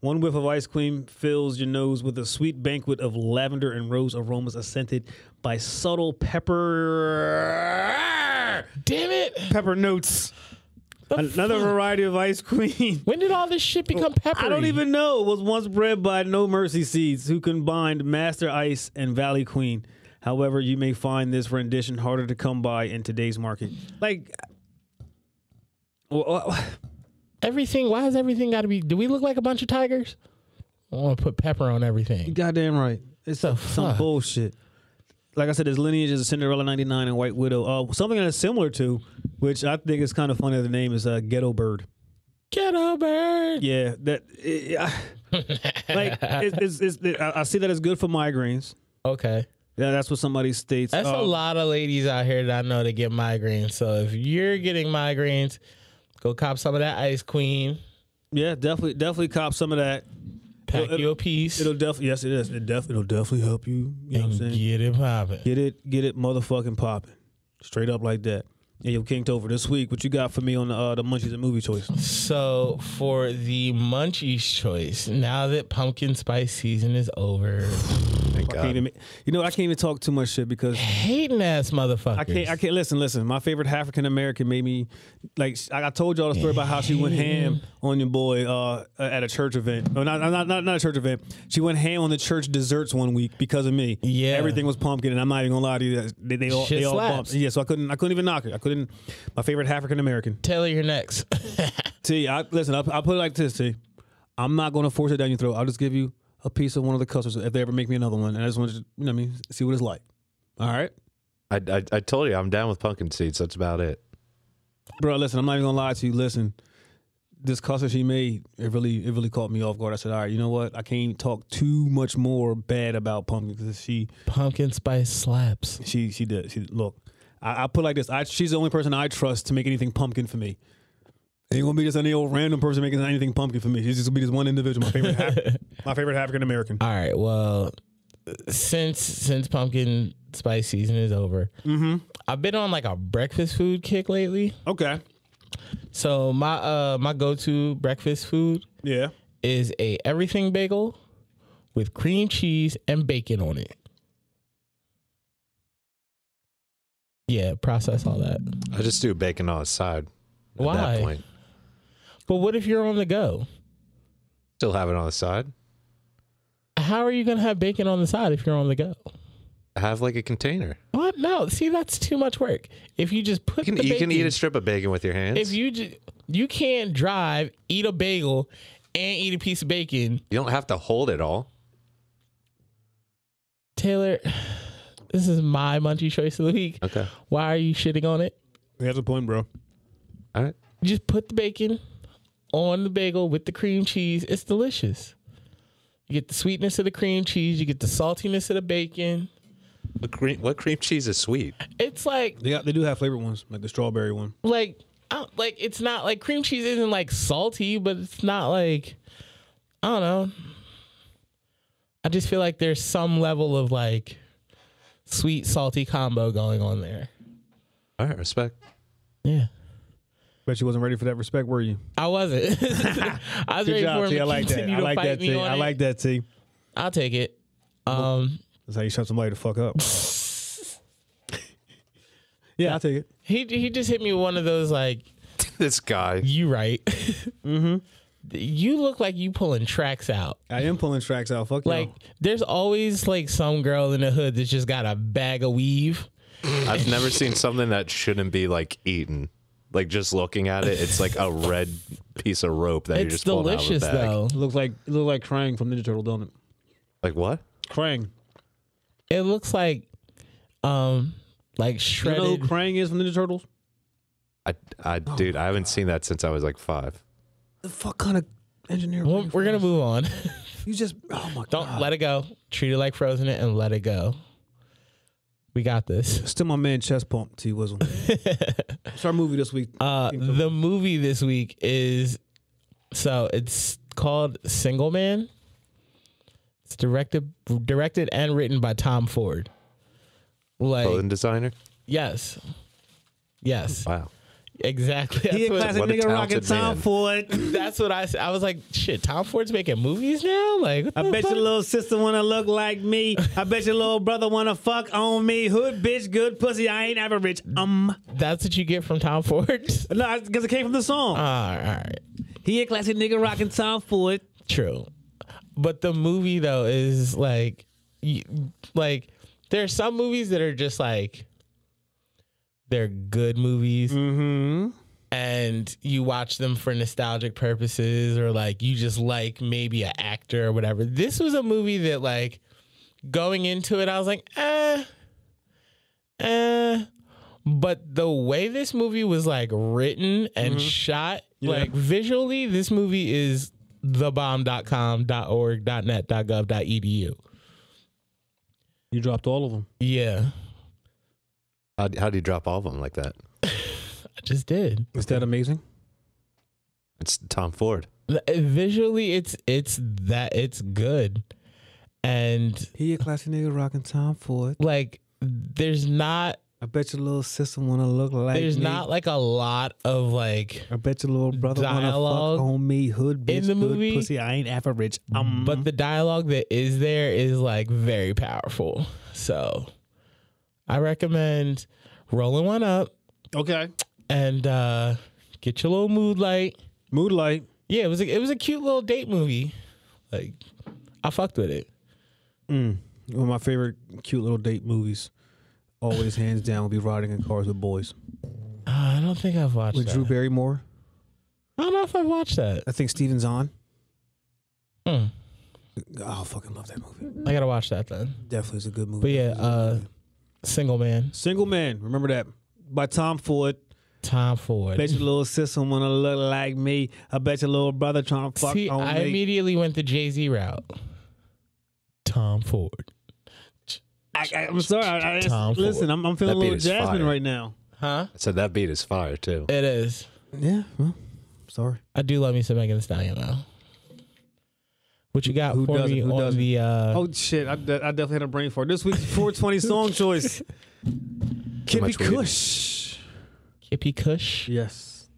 [SPEAKER 2] One whiff of ice cream fills your nose with a sweet banquet of lavender and rose aromas, scented by subtle pepper
[SPEAKER 3] Damn it!
[SPEAKER 2] pepper notes. Another variety of ice queen.
[SPEAKER 3] When did all this shit become peppery?
[SPEAKER 2] I don't even know. Was once bred by No Mercy Seeds, who combined Master Ice and Valley Queen. However, you may find this rendition harder to come by in today's market. Like, well, uh,
[SPEAKER 3] Everything. Why is everything got to be? Do we look like a bunch of tigers? I want to put pepper on
[SPEAKER 2] you
[SPEAKER 3] everything.
[SPEAKER 2] goddamn right. It's
[SPEAKER 3] The
[SPEAKER 2] some
[SPEAKER 3] fuck?
[SPEAKER 2] bullshit. Like I said, his lineage is Cinderella '99 and White Widow. Uh, something that's similar to, which I think is kind of funny. The name is uh, Ghetto Bird.
[SPEAKER 3] Get over.
[SPEAKER 2] Yeah, that eh, I- like it's, it's, it's, I I see that it's good for migraines.
[SPEAKER 3] Okay.
[SPEAKER 2] Yeah, that's what somebody states.
[SPEAKER 3] That's a
[SPEAKER 2] Um,
[SPEAKER 3] lot of ladies out here that I know that get migraines. So if you're getting migraines, go cop some of that ice queen.
[SPEAKER 2] Yeah, definitely, definitely cop some of that.
[SPEAKER 3] Pack
[SPEAKER 2] It'll-
[SPEAKER 3] you a piece.
[SPEAKER 2] It'll definitely, yes, it is. It def- it'll definitely help you. You know what I'm
[SPEAKER 3] and
[SPEAKER 2] saying?
[SPEAKER 3] get it popping.
[SPEAKER 2] Get it, get it, motherfucking popping, straight up like that. And yo, King over this week. What you got for me on the uh, the munchies and movie choice?
[SPEAKER 3] So for the munchies choice, now that pumpkin spice season is over,
[SPEAKER 4] Thank
[SPEAKER 2] Can't
[SPEAKER 4] God.
[SPEAKER 2] even, you know, I can't even talk too much shit because
[SPEAKER 3] hating ass motherfuckers.
[SPEAKER 2] I can't. I can't listen. Listen, my favorite African American made me like. sh- I I told y'all the story about how she went ham on your boy uh, at a church event. No, not, not not not a church event. She went ham on the church desserts one week because of me.
[SPEAKER 3] Yeah.
[SPEAKER 2] everything was pumpkin, and I'm not even gonna lie to you. that- They, they all
[SPEAKER 3] Shit
[SPEAKER 2] they all
[SPEAKER 3] slaps.
[SPEAKER 2] bumped. Yeah, so I couldn't I couldn't even knock it. I couldn't. My favorite African American.
[SPEAKER 3] Taylor, you're next.
[SPEAKER 2] T. I listen. I will put it like this. T. I'm not gonna force it down your throat. I'll just give you a piece of one of the custards if they ever make me another one, and I just want to you know what I mean see what it's like. All right.
[SPEAKER 4] I, I, I told you, I'm down with pumpkin seeds. That's about it.
[SPEAKER 2] Bro, listen, I'm not even gonna lie to you. Listen, this custard she made, it really, it really caught me off guard. I said, all right, you know what? I can't talk too much more bad about pumpkin because she,
[SPEAKER 3] pumpkin spice slaps.
[SPEAKER 2] she, she did. She look. I, I put it like this. I, she's the only person I trust to make anything pumpkin for me. Ain't gonna be just any old random person making anything pumpkin for me. She's just gonna be this one individual. My favorite, Af- my favorite African American.
[SPEAKER 3] All right. Well, since since pumpkin spice season is over,
[SPEAKER 2] Mm-hmm.
[SPEAKER 3] I've been on like a breakfast food kick lately.
[SPEAKER 2] Okay.
[SPEAKER 3] So my uh my go to breakfast food
[SPEAKER 2] Yeah.
[SPEAKER 3] is a everything bagel with cream cheese and bacon on it. Yeah, process all that.
[SPEAKER 4] I just do bacon on the side. At
[SPEAKER 3] Why?
[SPEAKER 4] that point,
[SPEAKER 3] But what if you're on the go?
[SPEAKER 4] still have it on the side.
[SPEAKER 3] How are you gonna have bacon on the side if you're on the go?
[SPEAKER 4] have like a container.
[SPEAKER 3] What? No. See, that's too much work. If you just put
[SPEAKER 4] You can,
[SPEAKER 3] the
[SPEAKER 4] you can eat
[SPEAKER 3] bacon-
[SPEAKER 4] a strip of bacon with your hands.
[SPEAKER 3] If you ju- you can't drive, eat a bagel, and eat a piece of bacon,
[SPEAKER 4] you don't have to hold it all.
[SPEAKER 3] Taylor. This is my munchie choice of the week.
[SPEAKER 4] Okay.
[SPEAKER 3] Why are you shitting on it?
[SPEAKER 2] That's a point, bro.
[SPEAKER 4] All right.
[SPEAKER 3] Just put the bacon on the bagel with the cream cheese. It's delicious. You get the sweetness of the cream cheese. You get the saltiness of the bacon.
[SPEAKER 4] What cream, what cream cheese is sweet?
[SPEAKER 3] It's like
[SPEAKER 2] They got they do have flavored ones, like the strawberry one.
[SPEAKER 3] like I don't- like it's not like cream cheese isn't like salty, but it's not like I don't know. I just feel like there's some level of like sweet salty combo going on there.
[SPEAKER 4] All right, respect.
[SPEAKER 3] Yeah.
[SPEAKER 2] Bet you wasn't ready for that respect, were you?
[SPEAKER 3] I wasn't. I was
[SPEAKER 2] Good
[SPEAKER 3] ready for
[SPEAKER 2] job,
[SPEAKER 3] him
[SPEAKER 2] T.
[SPEAKER 3] to
[SPEAKER 2] I like that.
[SPEAKER 3] continue
[SPEAKER 2] I
[SPEAKER 3] to
[SPEAKER 2] like
[SPEAKER 3] fight
[SPEAKER 2] that,
[SPEAKER 3] me
[SPEAKER 2] T.
[SPEAKER 3] on
[SPEAKER 2] I
[SPEAKER 3] it.
[SPEAKER 2] like that, T.
[SPEAKER 3] I'll take it. Um,
[SPEAKER 2] That's how you shut somebody the fuck up. yeah, I'll take it.
[SPEAKER 3] he he just hit me with one of those like
[SPEAKER 4] this guy.
[SPEAKER 3] you right. mm-hmm. You look like you pulling tracks out.
[SPEAKER 2] I am pulling tracks out. Fuck
[SPEAKER 3] Like there's always like some girl in the hood that's just got a bag of weave.
[SPEAKER 4] I've never seen something that shouldn't be like eaten. Like just looking at it, it's like a red piece of rope that you're
[SPEAKER 3] It's
[SPEAKER 4] just pulling out of a
[SPEAKER 3] delicious
[SPEAKER 4] bag.
[SPEAKER 3] though.
[SPEAKER 2] Looks like it looked like Krang from Ninja Turtle, don't it?
[SPEAKER 4] Like what?
[SPEAKER 2] Krang.
[SPEAKER 3] It looks like um like
[SPEAKER 2] You know who
[SPEAKER 3] shredded
[SPEAKER 2] Krang is from Ninja Turtles?
[SPEAKER 4] I, I,
[SPEAKER 3] Oh
[SPEAKER 4] dude, I haven't seen that since I was like five.
[SPEAKER 2] The fuck kind of engineer?
[SPEAKER 3] Well, we're gonna move on.
[SPEAKER 2] You just oh my
[SPEAKER 3] Don't let it go. Treat it like frozen it and let it go. We got this.
[SPEAKER 2] Still my man chest pump T Wizzle. it's our movie this week.
[SPEAKER 3] Uh the movie this week is so it's called Single Man. It's directed directed and written by Tom Ford. Like
[SPEAKER 4] Clothing designer.
[SPEAKER 3] yes. Yes.
[SPEAKER 4] Wow.
[SPEAKER 3] Exactly.
[SPEAKER 2] he a
[SPEAKER 3] That's
[SPEAKER 2] classic
[SPEAKER 3] what-
[SPEAKER 4] what a
[SPEAKER 2] nigga rocking
[SPEAKER 4] talented
[SPEAKER 2] Tom
[SPEAKER 4] man.
[SPEAKER 2] Ford.
[SPEAKER 3] That's what I said. I was like, shit, Tom Ford's making movies now? Like, what
[SPEAKER 2] I
[SPEAKER 3] the
[SPEAKER 2] bet
[SPEAKER 3] fuck?
[SPEAKER 2] your little sister wanna look like me. I bet your little brother wanna fuck on me. Hood bitch, good pussy. I ain't average. Um,
[SPEAKER 3] That's what you get from Tom Ford?
[SPEAKER 2] no, because it came from the song.
[SPEAKER 3] all
[SPEAKER 4] Uh.
[SPEAKER 3] right, all right.
[SPEAKER 2] he a classic nigga rocking Tom Ford.
[SPEAKER 3] True. But the movie, though, is like, y- like, there are some movies that are just like, they're good movies. Mm-hmm. And you watch them for nostalgic purposes or like you just like maybe an actor or whatever. This was a movie that, like, going into it, I was like, eh, eh. But the way this movie was like written and shot, like visually, this movie is thebomb.com.org.net.gov.edu.
[SPEAKER 2] You dropped all of them.
[SPEAKER 3] Yeah,
[SPEAKER 4] How, how do you drop all of them like that?
[SPEAKER 3] I just did.
[SPEAKER 2] Is that amazing?
[SPEAKER 4] It's Tom Ford.
[SPEAKER 3] Visually, it's it's that it's good, and
[SPEAKER 2] He a classic nigga rocking Tom Ford.
[SPEAKER 3] like there's not
[SPEAKER 2] I bet your little sister wanna look like
[SPEAKER 3] there's not like a lot of like
[SPEAKER 2] I bet your little brother
[SPEAKER 3] Dialogue
[SPEAKER 2] wanna fuck on me. Hood bitch,
[SPEAKER 3] in the
[SPEAKER 2] good
[SPEAKER 3] movie.
[SPEAKER 2] pussy. I ain't average. Um,
[SPEAKER 3] but the dialogue that is there is like very powerful. So I recommend rolling one up
[SPEAKER 2] okay.
[SPEAKER 3] and uh get your little mood light.
[SPEAKER 2] Mood light.
[SPEAKER 3] Yeah, it was a, it was a cute little date movie. Like I fucked with it.
[SPEAKER 2] One of my favorite cute little date movies, always hands down, would be Riding in Cars with Boys
[SPEAKER 3] Uh, I don't think I've watched
[SPEAKER 2] with
[SPEAKER 3] that.
[SPEAKER 2] Drew Barrymore.
[SPEAKER 3] I don't know if I've watched that.
[SPEAKER 2] I think Steven's on.
[SPEAKER 3] Hmm.
[SPEAKER 2] Oh, I fucking love that movie.
[SPEAKER 3] I gotta watch that then.
[SPEAKER 2] Definitely is a good movie.
[SPEAKER 3] But yeah, uh Single Man,
[SPEAKER 2] Single Man, remember that by Tom Ford.
[SPEAKER 3] Tom Ford.
[SPEAKER 2] Bet your little sister wanna look like me. I bet your little brother trying to fuck
[SPEAKER 3] See,
[SPEAKER 2] on
[SPEAKER 3] I
[SPEAKER 2] me.
[SPEAKER 3] immediately went the Jay Z route. Tom Ford.
[SPEAKER 2] I, I, am sorry. I, I,
[SPEAKER 3] Tom Ford.
[SPEAKER 2] listen, I'm, I'm feeling
[SPEAKER 4] That
[SPEAKER 2] a
[SPEAKER 4] beat
[SPEAKER 2] little
[SPEAKER 4] is
[SPEAKER 2] Jasmine
[SPEAKER 4] fire.
[SPEAKER 2] right now.
[SPEAKER 3] Huh?
[SPEAKER 4] I said that beat is fire too.
[SPEAKER 3] It is.
[SPEAKER 2] Yeah. Well, sorry.
[SPEAKER 3] I do love me some Megan Thee Stallion though. What you got
[SPEAKER 2] Who
[SPEAKER 3] for
[SPEAKER 2] doesn't?
[SPEAKER 3] me
[SPEAKER 2] Who
[SPEAKER 3] on
[SPEAKER 2] doesn't?
[SPEAKER 3] the? Uh,
[SPEAKER 2] Oh shit! I, de- I definitely had a brain fart. This week's 420 song choice. Kippy
[SPEAKER 4] much weed.
[SPEAKER 2] Kush.
[SPEAKER 3] Kippy Kush.
[SPEAKER 2] Yes.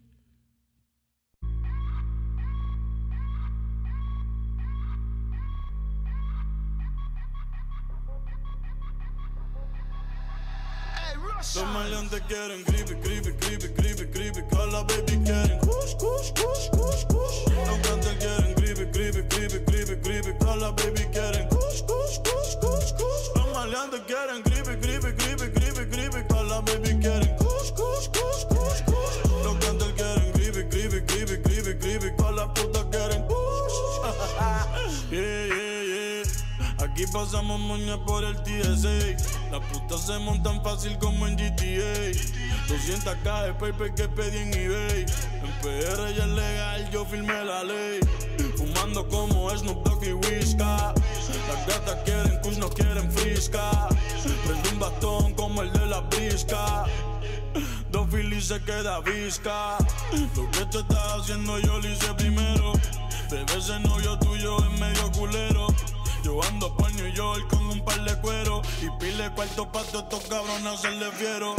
[SPEAKER 6] Hey, Rock! Los maleantes quieren creepy, creepy, creepy, creepy, creepy. Call la baby quieren kush, kush, kush, kush, kush. Los cantantes quieren creepy, creepy, creepy, creepy, creepy. Call la baby quieren kush, kush, kush, kush, kush. Los maleantes quieren creepy, creepy, creepy, creepy, creepy. Call la baby quieren kush, kush, kush, kush, kush. Los cantantes quieren creepy, creepy, creepy, creepy, creepy. Call la puta quieren kush. yeah, yeah, yeah. Aquí pasamos moña por el TSA. Las putas se montan fácil como en GTA. 200k de paper que pedí en eBay. En PR ya es legal, yo firmé la ley. Fumando como Snoop Dogg y Whisca. Las gatas quieren kush, no quieren frisca. Prende un bastón como el de la brisca. Don Philly se queda visca. Lo que tú estás haciendo yo lo hice primero. Bebé ese novio tuyo es medio culero. Yo ando por New York con un par de cuero y pile cuarto pato estos cabrones le fiero.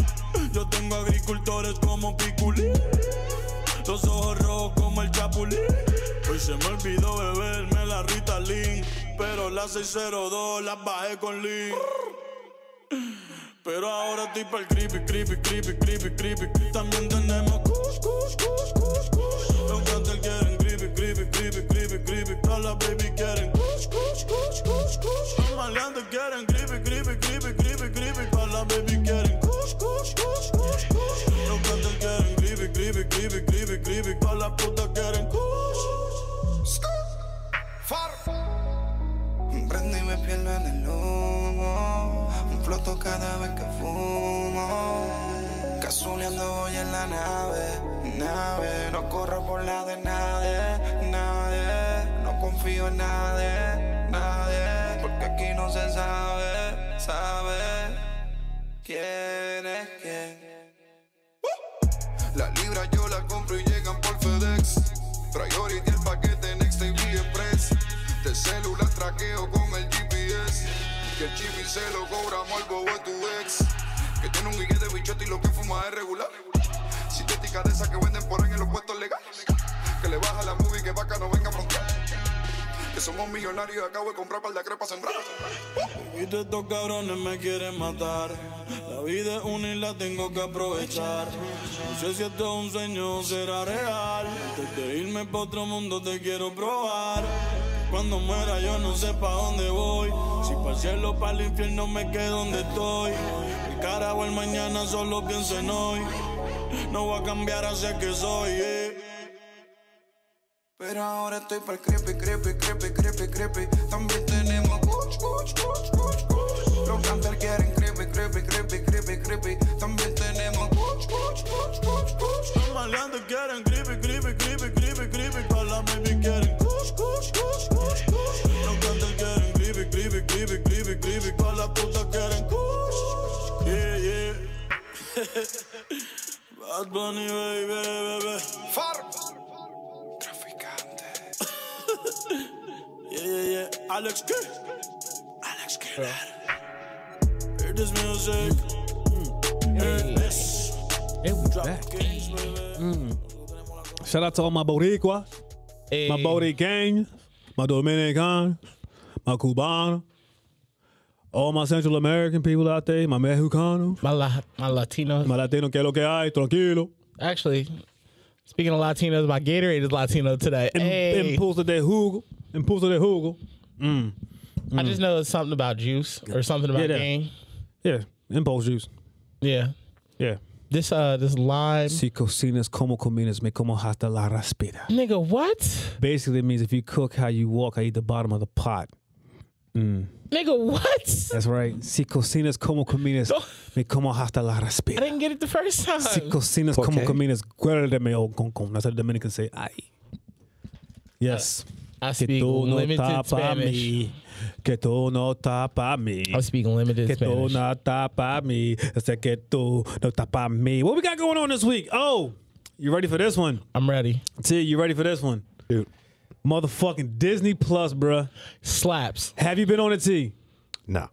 [SPEAKER 6] Yo tengo agricultores como Piculín, los ojos rojos como el Chapulín. Hoy se me olvidó beberme la Ritalin, pero la 602 la bajé con Lin. Pero ahora estoy pa'l creepy, creepy, creepy, creepy, creepy. También tenemos kush, kush, kush, kush, kush. Los cantantes quieren creepy, creepy, creepy, creepy, creepy. Todas las baby quieren kush, kush, kush, kush, kush. Los maleantes quieren creepy, creepy, creepy, creepy, creepy. Todas las baby quieren kush, kush, kush, kush, kush. Los cantantes quieren creepy, creepy, creepy, creepy, creepy. Todas las putas quieren kush.
[SPEAKER 7] Prendo y me pierdo en el humo. Un floto cada vez que fumo. Casuleando voy en la nave, nave. No corro por la de nadie, nadie. No confío en nadie, nadie. Porque aquí no se sabe, sabe. ¿Quién es quién?
[SPEAKER 6] Las libras yo las compro y llegan por FedEx. Priority el paquete Next TV Express. Del celular traqueo con el GPS. Que el chip y se lo cobramos al bobo de tu ex. Que tiene un guille de bichote y lo que fuma es regular. Sintética de esas que venden por ahí en los puestos legales. Que le baja la movie que vaca no venga a frontear. Que somos millonarios y acabo de comprar par de crepas sembradas. Y de estos cabrones me quieren matar. La vida es una y la tengo que aprovechar. No sé si esto es un sueño o será real. Antes de irme pa' otro mundo te quiero probar. Cuando muera yo no sé pa' dónde voy. Si pa' el cielo o el infierno me quedo donde estoy. El cara o el mañana solo pienso en hoy. No voy a cambiar hacia que soy, eh.
[SPEAKER 7] Pero ahora estoy para el creepy, creepy, creepy, creepy, creepy. También tenemos kush, kush, kush, kush, kush. Los cantantes quieren creepy, creepy, creepy, creepy, creepy. También tenemos kush, kush, kush, kush, kush.
[SPEAKER 6] Los maleantes quieren creepy, creepy, creepy, creepy, creepy. Con la baby quieren kush, kush, kush, kush, kush. Los cantantes quieren creepy, creepy, creepy, creepy, creepy. Con la puta quieren kush. Yeah, yeah. Bad Bunny, baby, baby.
[SPEAKER 7] Traficante.
[SPEAKER 6] Yeah, yeah, yeah. Alex K. Alex K. Hear this music. Hear this.
[SPEAKER 3] It was
[SPEAKER 6] Drop
[SPEAKER 3] back.
[SPEAKER 6] the keys, baby.
[SPEAKER 2] Shout out to all my Boricua,
[SPEAKER 3] Hey.
[SPEAKER 2] my Boricans, my Dominican, my Cubana, all my Central American people out there, my Mexicanos,
[SPEAKER 3] My, la- my Latino.
[SPEAKER 2] my Latino, que lo que hay, tranquilo.
[SPEAKER 3] Actually, speaking of Latinos, my Gatorade is Latino today. Hey.
[SPEAKER 2] Impulso de jugo, impulso de jugo.
[SPEAKER 3] I just know it's something about juice or something about
[SPEAKER 2] Yeah, yeah.
[SPEAKER 3] game.
[SPEAKER 2] Yeah, impulse juice.
[SPEAKER 3] Yeah.
[SPEAKER 2] Yeah.
[SPEAKER 3] This uh this lime.
[SPEAKER 2] Si cocinas como comidas, me como hasta la raspida.
[SPEAKER 3] Nigga, what?
[SPEAKER 2] Basically, it means if you cook how you walk, I eat the bottom of the pot.
[SPEAKER 3] Nigga, what?
[SPEAKER 2] That's right. Si cocinas como comidas, me como hasta la
[SPEAKER 3] I
[SPEAKER 2] raspida.
[SPEAKER 3] didn't get it the first time.
[SPEAKER 2] Si cocinas
[SPEAKER 4] ¿Por
[SPEAKER 2] como
[SPEAKER 4] qué?
[SPEAKER 2] comidas, guárdame el Oh, concón. That's how the Dominicans say, ay. Yes.
[SPEAKER 3] I
[SPEAKER 2] que
[SPEAKER 3] speak
[SPEAKER 2] tú no
[SPEAKER 3] limited
[SPEAKER 2] tapa a
[SPEAKER 3] Spanish.
[SPEAKER 2] mí. Que tú no tapa a mí.
[SPEAKER 3] I speak limited
[SPEAKER 2] Que tú
[SPEAKER 3] Spanish.
[SPEAKER 2] no tapa a mí. I said, que tú no tapa a mí. What we got going on this week? Oh, you ready for this one?
[SPEAKER 3] I'm ready.
[SPEAKER 2] T, you ready for this one?
[SPEAKER 4] Dude.
[SPEAKER 2] Motherfucking Disney Plus, bruh.
[SPEAKER 3] Slaps.
[SPEAKER 2] Have you been on it, T?
[SPEAKER 4] No.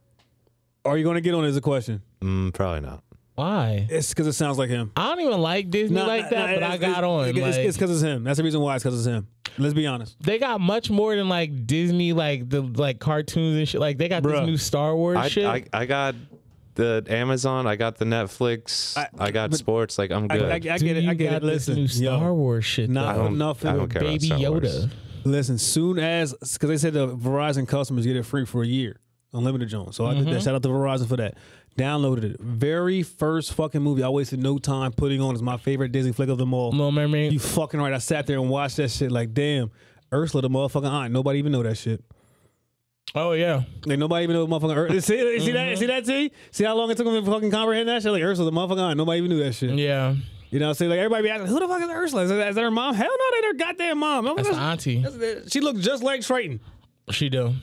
[SPEAKER 2] Are you going to get on it is a question.
[SPEAKER 4] Mm, probably not.
[SPEAKER 3] Why?
[SPEAKER 2] It's because it sounds like him.
[SPEAKER 3] I don't even like Disney
[SPEAKER 2] Nah,
[SPEAKER 3] like that,
[SPEAKER 2] nah,
[SPEAKER 3] but I
[SPEAKER 2] it's-
[SPEAKER 3] got on.
[SPEAKER 2] It's
[SPEAKER 3] like,
[SPEAKER 2] because it's, him. That's the reason why. It's because it's him. Let's be honest.
[SPEAKER 3] they got much more than like Disney, like the like cartoons and shit. Like they got
[SPEAKER 2] Bruh.
[SPEAKER 3] this new Star Wars
[SPEAKER 4] I,
[SPEAKER 3] shit.
[SPEAKER 4] I I got the Amazon, I got the Netflix, I,
[SPEAKER 2] I-
[SPEAKER 4] got sports. Like I'm
[SPEAKER 2] I,
[SPEAKER 4] good.
[SPEAKER 2] I, I get it. I get it. Listen,
[SPEAKER 3] new Star
[SPEAKER 2] yo,
[SPEAKER 3] Wars shit.
[SPEAKER 4] I
[SPEAKER 2] Not
[SPEAKER 4] don't-
[SPEAKER 2] enough.
[SPEAKER 4] I
[SPEAKER 2] of
[SPEAKER 4] don't
[SPEAKER 2] it.
[SPEAKER 4] care about
[SPEAKER 3] Baby
[SPEAKER 4] Star Wars.
[SPEAKER 3] Yoda.
[SPEAKER 2] Listen, soon as because they said the Verizon customers get it free for a year, unlimited Jones. So I did
[SPEAKER 3] Mm-hmm.
[SPEAKER 2] that. Shout out to Verizon for that. Downloaded it. Very first fucking movie I wasted no time putting on is my favorite Disney flick of them all.
[SPEAKER 3] Little Mermaid.
[SPEAKER 2] You fucking right. I sat there and watched that shit. Like damn, Ursula the motherfucking aunt. Nobody even know that shit.
[SPEAKER 3] oh yeah.
[SPEAKER 2] Like nobody even knew what motherfucking Ursula. See, see that? See that? See? See how long it took them to fucking comprehend that shit? Like Ursula the motherfucking aunt. Nobody even knew that shit.
[SPEAKER 3] Yeah.
[SPEAKER 2] You know, what I'm saying? like everybody be asking, who the fuck is Ursula? Is that, is that her mom? Hell no, that ain't her goddamn mom. I'm like,
[SPEAKER 3] That's auntie.
[SPEAKER 2] that's- she looked just like Triton.
[SPEAKER 3] She do.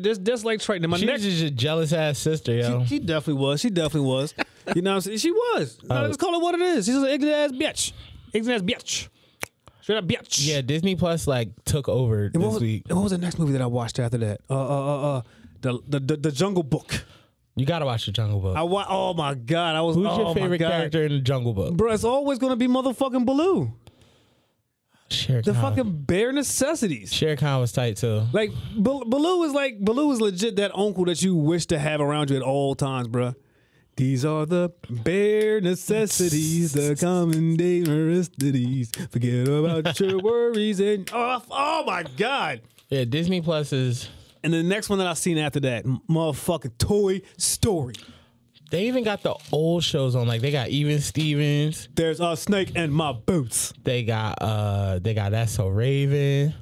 [SPEAKER 2] Just, just like Triton. And My
[SPEAKER 3] She's
[SPEAKER 2] next,
[SPEAKER 3] just a jealous ass sister, yo.
[SPEAKER 2] she definitely was. She definitely was. you know, what I'm saying? she was.
[SPEAKER 3] Uh,
[SPEAKER 2] No, Let's call it what it is. She's an ignorant ass bitch. Ignorant ass bitch. Straight up bitch.
[SPEAKER 3] yeah, Disney Plus like took over
[SPEAKER 2] And
[SPEAKER 3] this
[SPEAKER 2] what, was,
[SPEAKER 3] week.
[SPEAKER 2] and what was the next movie that I watched after that? Uh, uh, uh, uh the, the the the Jungle Book.
[SPEAKER 3] You gotta watch the Jungle Book.
[SPEAKER 2] I wa- Oh my god! I was.
[SPEAKER 3] Who's
[SPEAKER 2] oh
[SPEAKER 3] your
[SPEAKER 2] my
[SPEAKER 3] favorite
[SPEAKER 2] God.
[SPEAKER 3] character in the Jungle Book?
[SPEAKER 2] Bro, it's always gonna be motherfucking Baloo.
[SPEAKER 3] Shere
[SPEAKER 2] The
[SPEAKER 3] Khan.
[SPEAKER 2] fucking bare necessities.
[SPEAKER 3] Shere Khan was tight too.
[SPEAKER 2] Like Bal- Baloo is like Baloo is legit that uncle that you wish to have around you at all times, bruh. These are the bare necessities, the common day necessities. Forget about your worries and oh, f- oh my god!
[SPEAKER 3] Yeah, Disney Plus is.
[SPEAKER 2] And the next one that I seen after that, m- motherfucking Toy Story.
[SPEAKER 3] They even got the old shows on. Like they got Even Stevens.
[SPEAKER 2] There's a snake and my boots.
[SPEAKER 3] They got uh. They got That's So Raven.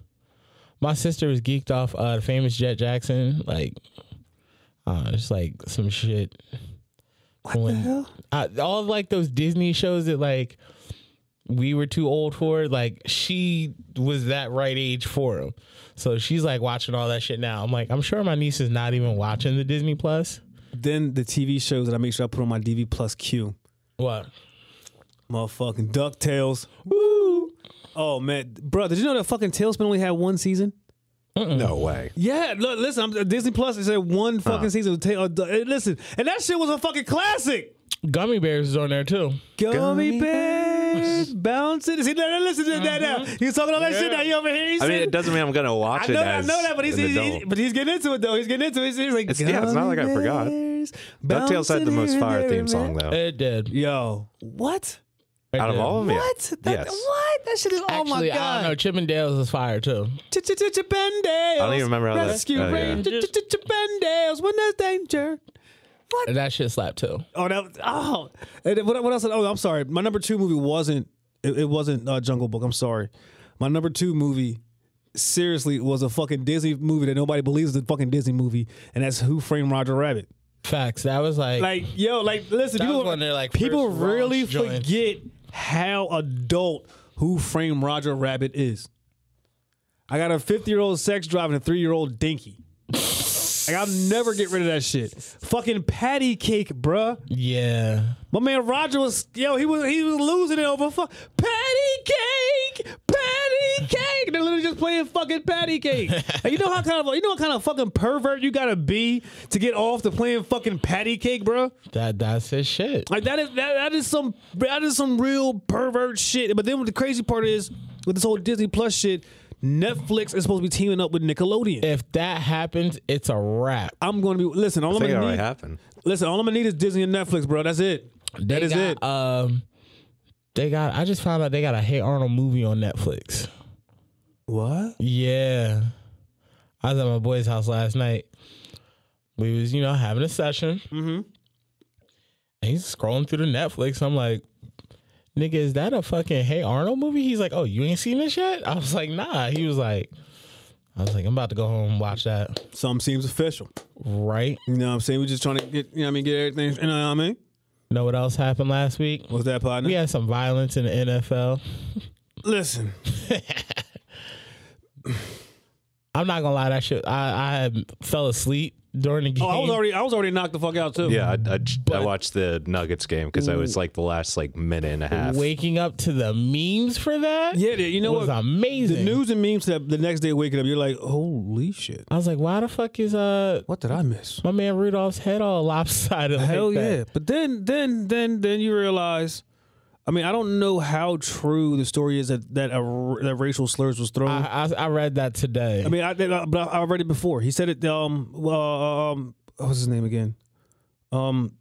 [SPEAKER 3] My sister was geeked off uh the famous Jet Jackson. Like, uh, just like some shit. What the hell? all of, like those Disney shows that like we were too old for. Like she was that right age for him. So she's like watching all that shit now. I'm like, I'm sure my niece is not even watching the Disney Plus.
[SPEAKER 2] Then the TV shows that I make sure I put on my DV plus Q.
[SPEAKER 3] What?
[SPEAKER 2] Motherfucking DuckTales. Woo! Oh man, bro, did you know that fucking Tailspin only had one season?
[SPEAKER 3] Mm.
[SPEAKER 4] no way.
[SPEAKER 2] Yeah, look, listen, I'm, uh, Disney Plus is at one fucking season. of Tail, uh, Du- uh, listen, and that shit was a fucking classic.
[SPEAKER 3] Gummy bears is on there too.
[SPEAKER 2] Gummy, bears bouncing. See, now, now listen to that now. He's talking all that shit now. You over here? He's
[SPEAKER 4] Mm-hmm. I mean,
[SPEAKER 2] sitting-
[SPEAKER 4] it doesn't mean I'm gonna watch
[SPEAKER 2] I know,
[SPEAKER 4] it.
[SPEAKER 2] that, I
[SPEAKER 4] as
[SPEAKER 2] know that, but he's,
[SPEAKER 4] an
[SPEAKER 2] he's,
[SPEAKER 4] adult.
[SPEAKER 2] he's but he's getting into it though. He's getting into it. He's, he's like,
[SPEAKER 4] It's- yeah, it's not like I
[SPEAKER 2] "Gummy
[SPEAKER 4] forgot.
[SPEAKER 2] bears
[SPEAKER 4] DuckTales had the
[SPEAKER 2] bouncing
[SPEAKER 4] most
[SPEAKER 2] in
[SPEAKER 4] fire
[SPEAKER 2] the air,
[SPEAKER 4] theme song
[SPEAKER 2] man."
[SPEAKER 4] though.
[SPEAKER 3] It did.
[SPEAKER 2] Yo, what?
[SPEAKER 4] Oh. Out of all of them, yeah.
[SPEAKER 2] What? That,
[SPEAKER 4] yes.
[SPEAKER 2] What? That shit is. oh my
[SPEAKER 3] Actually,
[SPEAKER 2] god.
[SPEAKER 3] I don't know. Chippendales is fire too.
[SPEAKER 2] Chippendales.
[SPEAKER 4] I don't even remember how that-
[SPEAKER 2] Rescue
[SPEAKER 4] oh, yeah.
[SPEAKER 2] Rangers. Chippendales. When there's danger.
[SPEAKER 3] And that shit slapped too.
[SPEAKER 2] Oh, that. Oh, and then what, what else? Oh, I'm sorry. My number two movie wasn't. It, it wasn't uh, Jungle Book. I'm sorry. My number two movie, seriously, was a fucking Disney movie that nobody believes is a fucking Disney movie, and that's Who Framed Roger Rabbit.
[SPEAKER 3] Facts. That was like,
[SPEAKER 2] Like, yo, like, listen,
[SPEAKER 3] That was
[SPEAKER 2] people,
[SPEAKER 3] one of their, like,
[SPEAKER 2] people
[SPEAKER 3] first
[SPEAKER 2] really
[SPEAKER 3] raunch joints.
[SPEAKER 2] forget how adult Who Framed Roger Rabbit is. I got a 50 year old sex drive and a three year old dinky. like, I'll never get rid of that shit. Fucking patty cake, bruh.
[SPEAKER 3] yeah.
[SPEAKER 2] My man Roger was yo, he was he was losing it over fuck patty cake, patty cake. They're literally just playing fucking patty cake. And you know how kind of you know what kind of fucking pervert you gotta be to get off to playing fucking patty cake, bro.
[SPEAKER 3] That that's his shit.
[SPEAKER 2] Like that is that, that is some that is some real pervert shit. But then what the crazy part is with this whole Disney Plus shit, Netflix is supposed to be teaming up with Nickelodeon.
[SPEAKER 3] If that happens, it's a wrap.
[SPEAKER 2] I'm gonna be listen. All
[SPEAKER 4] I
[SPEAKER 2] I'm
[SPEAKER 4] think it
[SPEAKER 2] gonna
[SPEAKER 4] already
[SPEAKER 2] need,
[SPEAKER 4] happened.
[SPEAKER 2] listen. All I'm gonna need is Disney and Netflix, bro. That's it.
[SPEAKER 3] They
[SPEAKER 2] that is
[SPEAKER 3] got,
[SPEAKER 2] it.
[SPEAKER 3] Um, they got. I just found out they got a Hey Arnold movie on Netflix.
[SPEAKER 2] What?
[SPEAKER 3] Yeah. I was at my boy's house last night. We was, you know, having a session. Mm-hmm. And he's scrolling through the Netflix. I'm like, nigga, is that a fucking Hey Arnold movie? He's like, oh, you ain't seen this yet? I was like, nah. He was like, I was like, I'm about to go home and watch that.
[SPEAKER 2] Something seems official.
[SPEAKER 3] Right?
[SPEAKER 2] You know what I'm saying? We're just trying to get, you know what I mean, get everything, you know what I mean?
[SPEAKER 3] Know what else happened last week?
[SPEAKER 2] What's that, partner?
[SPEAKER 3] We had some violence in the NFL.
[SPEAKER 2] Listen,
[SPEAKER 3] I'm not gonna lie, that shit. I, I fell asleep during the game.
[SPEAKER 2] oh, I was already, I was already knocked the fuck out too.
[SPEAKER 4] Yeah, I, I, I watched the Nuggets game because I was like the last like minute and a half.
[SPEAKER 3] waking up to the memes for that.
[SPEAKER 2] yeah. You know
[SPEAKER 3] was
[SPEAKER 2] what?
[SPEAKER 3] amazing.
[SPEAKER 2] The news and memes that the next day waking up, you're like, holy shit,
[SPEAKER 3] I was like, why the fuck is uh
[SPEAKER 2] what did I miss?
[SPEAKER 3] my man Rudolph's head all lopsided? like
[SPEAKER 2] Hell
[SPEAKER 3] that?
[SPEAKER 2] yeah! But then, then, then, then you realize. I mean, I don't know how true the story is that that, a, that racial slurs was thrown. I,
[SPEAKER 3] I, I I read that today.
[SPEAKER 2] mean, I, I- but I, I uh, read it before. He said it. Um, well, um, what's his name again? Um,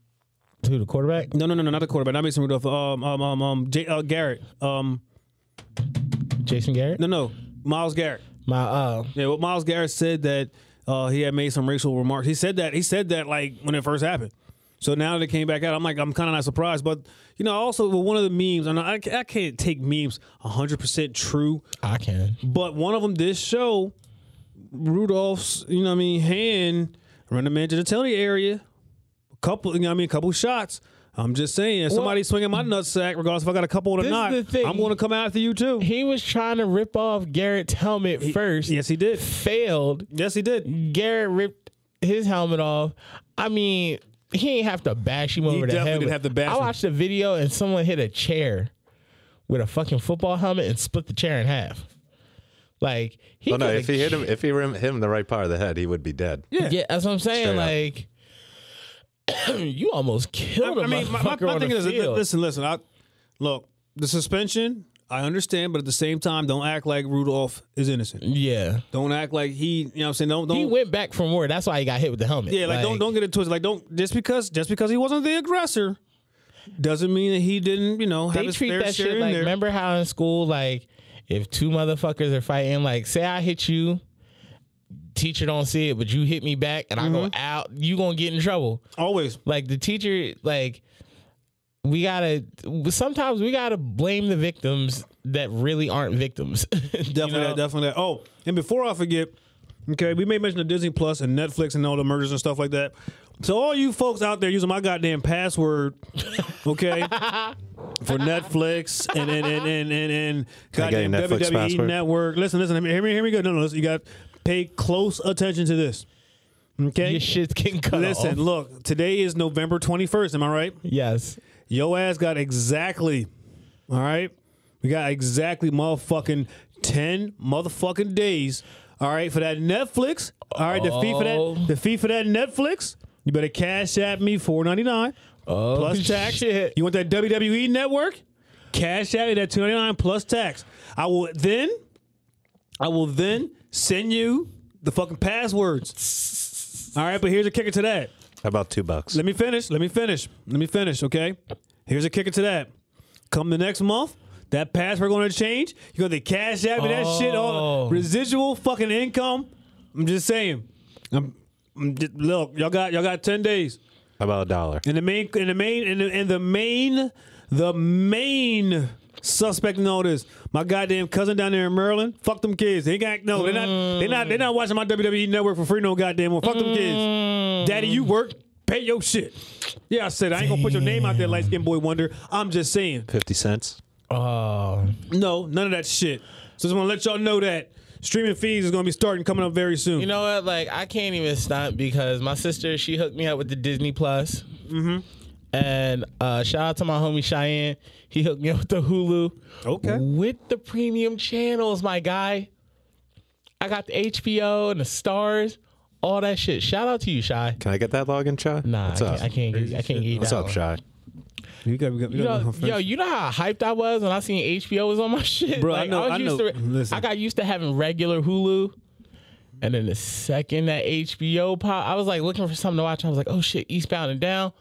[SPEAKER 3] Who the quarterback?
[SPEAKER 2] No, no, no, no, not the quarterback. Not Mason Rudolph. Um, um, um, um J- uh, Garrett. Um,
[SPEAKER 3] Jason Garrett.
[SPEAKER 2] no, no, Miles Garrett.
[SPEAKER 3] My uh,
[SPEAKER 2] Yeah, well, Miles Garrett said that uh, he had made some racial remarks. He said that he said that like when it first happened. So now that it came back out, I'm like, I'm kind of not surprised. But you know, also with one of the memes, and I, I can't take memes 100 percent true,
[SPEAKER 3] I can.
[SPEAKER 2] but one of them did show Rudolph's, you know, what I mean, hand running man to the Tony area, a couple, you know, what I mean, a couple shots. I'm just saying, if somebody's swinging my nutsack, regardless if I got a couple or
[SPEAKER 3] This is
[SPEAKER 2] not,
[SPEAKER 3] the thing.
[SPEAKER 2] I'm going to come after you too.
[SPEAKER 3] He was trying to rip off Garrett's helmet first.
[SPEAKER 2] Yes, he did.
[SPEAKER 3] Failed.
[SPEAKER 2] Yes, he did.
[SPEAKER 3] Garrett ripped his helmet off. I mean, he ain't have to bash him over the
[SPEAKER 2] definitely
[SPEAKER 3] head.
[SPEAKER 2] didn't
[SPEAKER 3] with-
[SPEAKER 2] have to bash
[SPEAKER 3] I
[SPEAKER 2] him.
[SPEAKER 3] watched a video and someone hit a chair with a fucking football helmet and split the chair in half. Like he
[SPEAKER 4] Oh no,
[SPEAKER 3] coulda
[SPEAKER 4] if he hit him, if he rim him the right part of the head, he would be dead.
[SPEAKER 3] Yeah, that's what I'm saying. like,
[SPEAKER 4] Straight
[SPEAKER 3] you almost killed him.
[SPEAKER 2] I mean, my, my, my thing is,
[SPEAKER 3] field.
[SPEAKER 2] listen, listen. I, look, the suspension, I understand, but at the same time, don't act like Rudolph is innocent.
[SPEAKER 3] yeah,
[SPEAKER 2] Don't act like he, you know, what I'm saying, don't, don't.
[SPEAKER 3] he went back from war. That's why he got hit with the helmet.
[SPEAKER 2] yeah, like, don't, don't get it twisted. Like, don't just because just because he wasn't the aggressor doesn't mean that he didn't, you know, have
[SPEAKER 3] They
[SPEAKER 2] his
[SPEAKER 3] treat
[SPEAKER 2] fair
[SPEAKER 3] that
[SPEAKER 2] share
[SPEAKER 3] shit
[SPEAKER 2] in
[SPEAKER 3] like.
[SPEAKER 2] there.
[SPEAKER 3] Remember how in school, like, if two motherfuckers are fighting, like, say I hit you, teacher don't see it, but you hit me back, and I go
[SPEAKER 2] Mm-hmm.
[SPEAKER 3] out, you gonna get in trouble.
[SPEAKER 2] Always,
[SPEAKER 3] Like the teacher, like, we gotta. Sometimes we gotta blame the victims that really aren't victims.
[SPEAKER 2] definitely that, definitely that. Oh, and before I forget, okay, we made mention of Disney Plus and Netflix and all the mergers and stuff like that. So all you folks out there using my goddamn password, okay, for Netflix and and and and and, and
[SPEAKER 4] I get a
[SPEAKER 2] goddamn
[SPEAKER 4] Netflix
[SPEAKER 2] WWE
[SPEAKER 4] password?
[SPEAKER 2] network. Listen, listen, hear me, hear me good. No, no, listen, you got pay close attention to this. Okay,
[SPEAKER 3] Your shit can cut
[SPEAKER 2] listen,
[SPEAKER 3] off.
[SPEAKER 2] look, today is November twenty first. Am I right?
[SPEAKER 3] Yes.
[SPEAKER 2] Yo ass got exactly, all right? We got exactly motherfucking 10 motherfucking days, all right, for that Netflix. All right, the fee for
[SPEAKER 3] Oh.
[SPEAKER 2] that the fee for that Netflix. You better cash at me 4.99
[SPEAKER 3] Oh,
[SPEAKER 2] plus tax.
[SPEAKER 3] shit.
[SPEAKER 2] You want that WWE network? Cash at me that 2.99 plus tax. I will then I will then send you the fucking passwords. All right, but here's a kicker to that.
[SPEAKER 4] How about two bucks?
[SPEAKER 2] Let me finish. Let me finish. Let me finish. Okay. Here's a kicker to that. Come the next month, that password going to change. You're going to cash out that shit
[SPEAKER 3] Oh.
[SPEAKER 2] on residual fucking income. I'm just saying. I'm, I'm just, look, y'all got y'all got ten days.
[SPEAKER 4] How about a dollar?
[SPEAKER 2] And the main and the main and the, and the main the main suspect notice. My goddamn cousin down there in Maryland. Fuck them kids. They got no. They're not. They're not. They're not watching my WWE network for free. No goddamn one. Fuck them kids. Daddy, you work. Pay your shit. Yeah, I said I ain't gonna put your name out there, light skinned boy wonder. I'm just saying.
[SPEAKER 4] Fifty cents.
[SPEAKER 3] Oh,
[SPEAKER 2] No, none of that shit. So just wanna let y'all know that streaming fees is gonna be starting coming up very soon.
[SPEAKER 3] You know what? Like I can't even stop because my sister she hooked me up with the Disney Plus.
[SPEAKER 4] Mm-hmm.
[SPEAKER 3] And uh, shout out to my homie Cheyenne. He hooked me up with the Hulu
[SPEAKER 2] okay.
[SPEAKER 3] with the premium channels, my guy. I got the HBO and the Stars, all that shit. Shout out to you, Shy.
[SPEAKER 4] Can I get that login, Shy?
[SPEAKER 3] Nah,
[SPEAKER 4] What's
[SPEAKER 3] I can't,
[SPEAKER 4] up?
[SPEAKER 3] I can't. Get, I can't get
[SPEAKER 4] What's
[SPEAKER 3] that
[SPEAKER 4] up,
[SPEAKER 3] one.
[SPEAKER 4] Shy?
[SPEAKER 2] You got, you got,
[SPEAKER 3] You know, yo, you know how hyped I was when I seen HBO was on my shit.
[SPEAKER 2] Bro, I know- I
[SPEAKER 3] was used
[SPEAKER 2] know-
[SPEAKER 3] To,
[SPEAKER 2] listen.
[SPEAKER 3] I got used to having regular Hulu, and then the second that HBO pop, I was like looking for something to watch. I was like, oh shit, Eastbound and Down,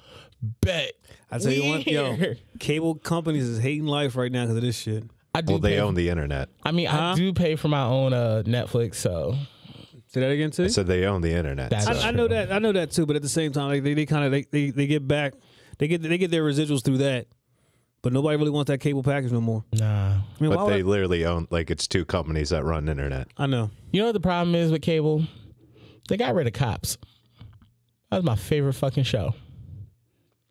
[SPEAKER 3] bet.
[SPEAKER 2] I tell you what, yo,
[SPEAKER 3] Weird.
[SPEAKER 2] cable companies is hating life right now because of this shit.
[SPEAKER 3] I do.
[SPEAKER 4] Well, they
[SPEAKER 3] pay-
[SPEAKER 4] own the internet.
[SPEAKER 3] I mean, I do pay for my own uh, Netflix, so
[SPEAKER 2] Say that again too.
[SPEAKER 4] So they own the internet.
[SPEAKER 3] That's
[SPEAKER 4] so-
[SPEAKER 3] true.
[SPEAKER 2] I, I know that I know that too, but at the same time, like they, they kind of they, they, they get back they get they get their residuals through that, but nobody really wants that cable package no more.
[SPEAKER 3] nah.
[SPEAKER 2] I mean, why
[SPEAKER 4] But
[SPEAKER 2] would
[SPEAKER 4] they
[SPEAKER 2] I-
[SPEAKER 4] literally own like it's two companies that run internet.
[SPEAKER 2] I know.
[SPEAKER 3] You know what the problem is with cable? They got rid of cops. That was my favorite fucking show.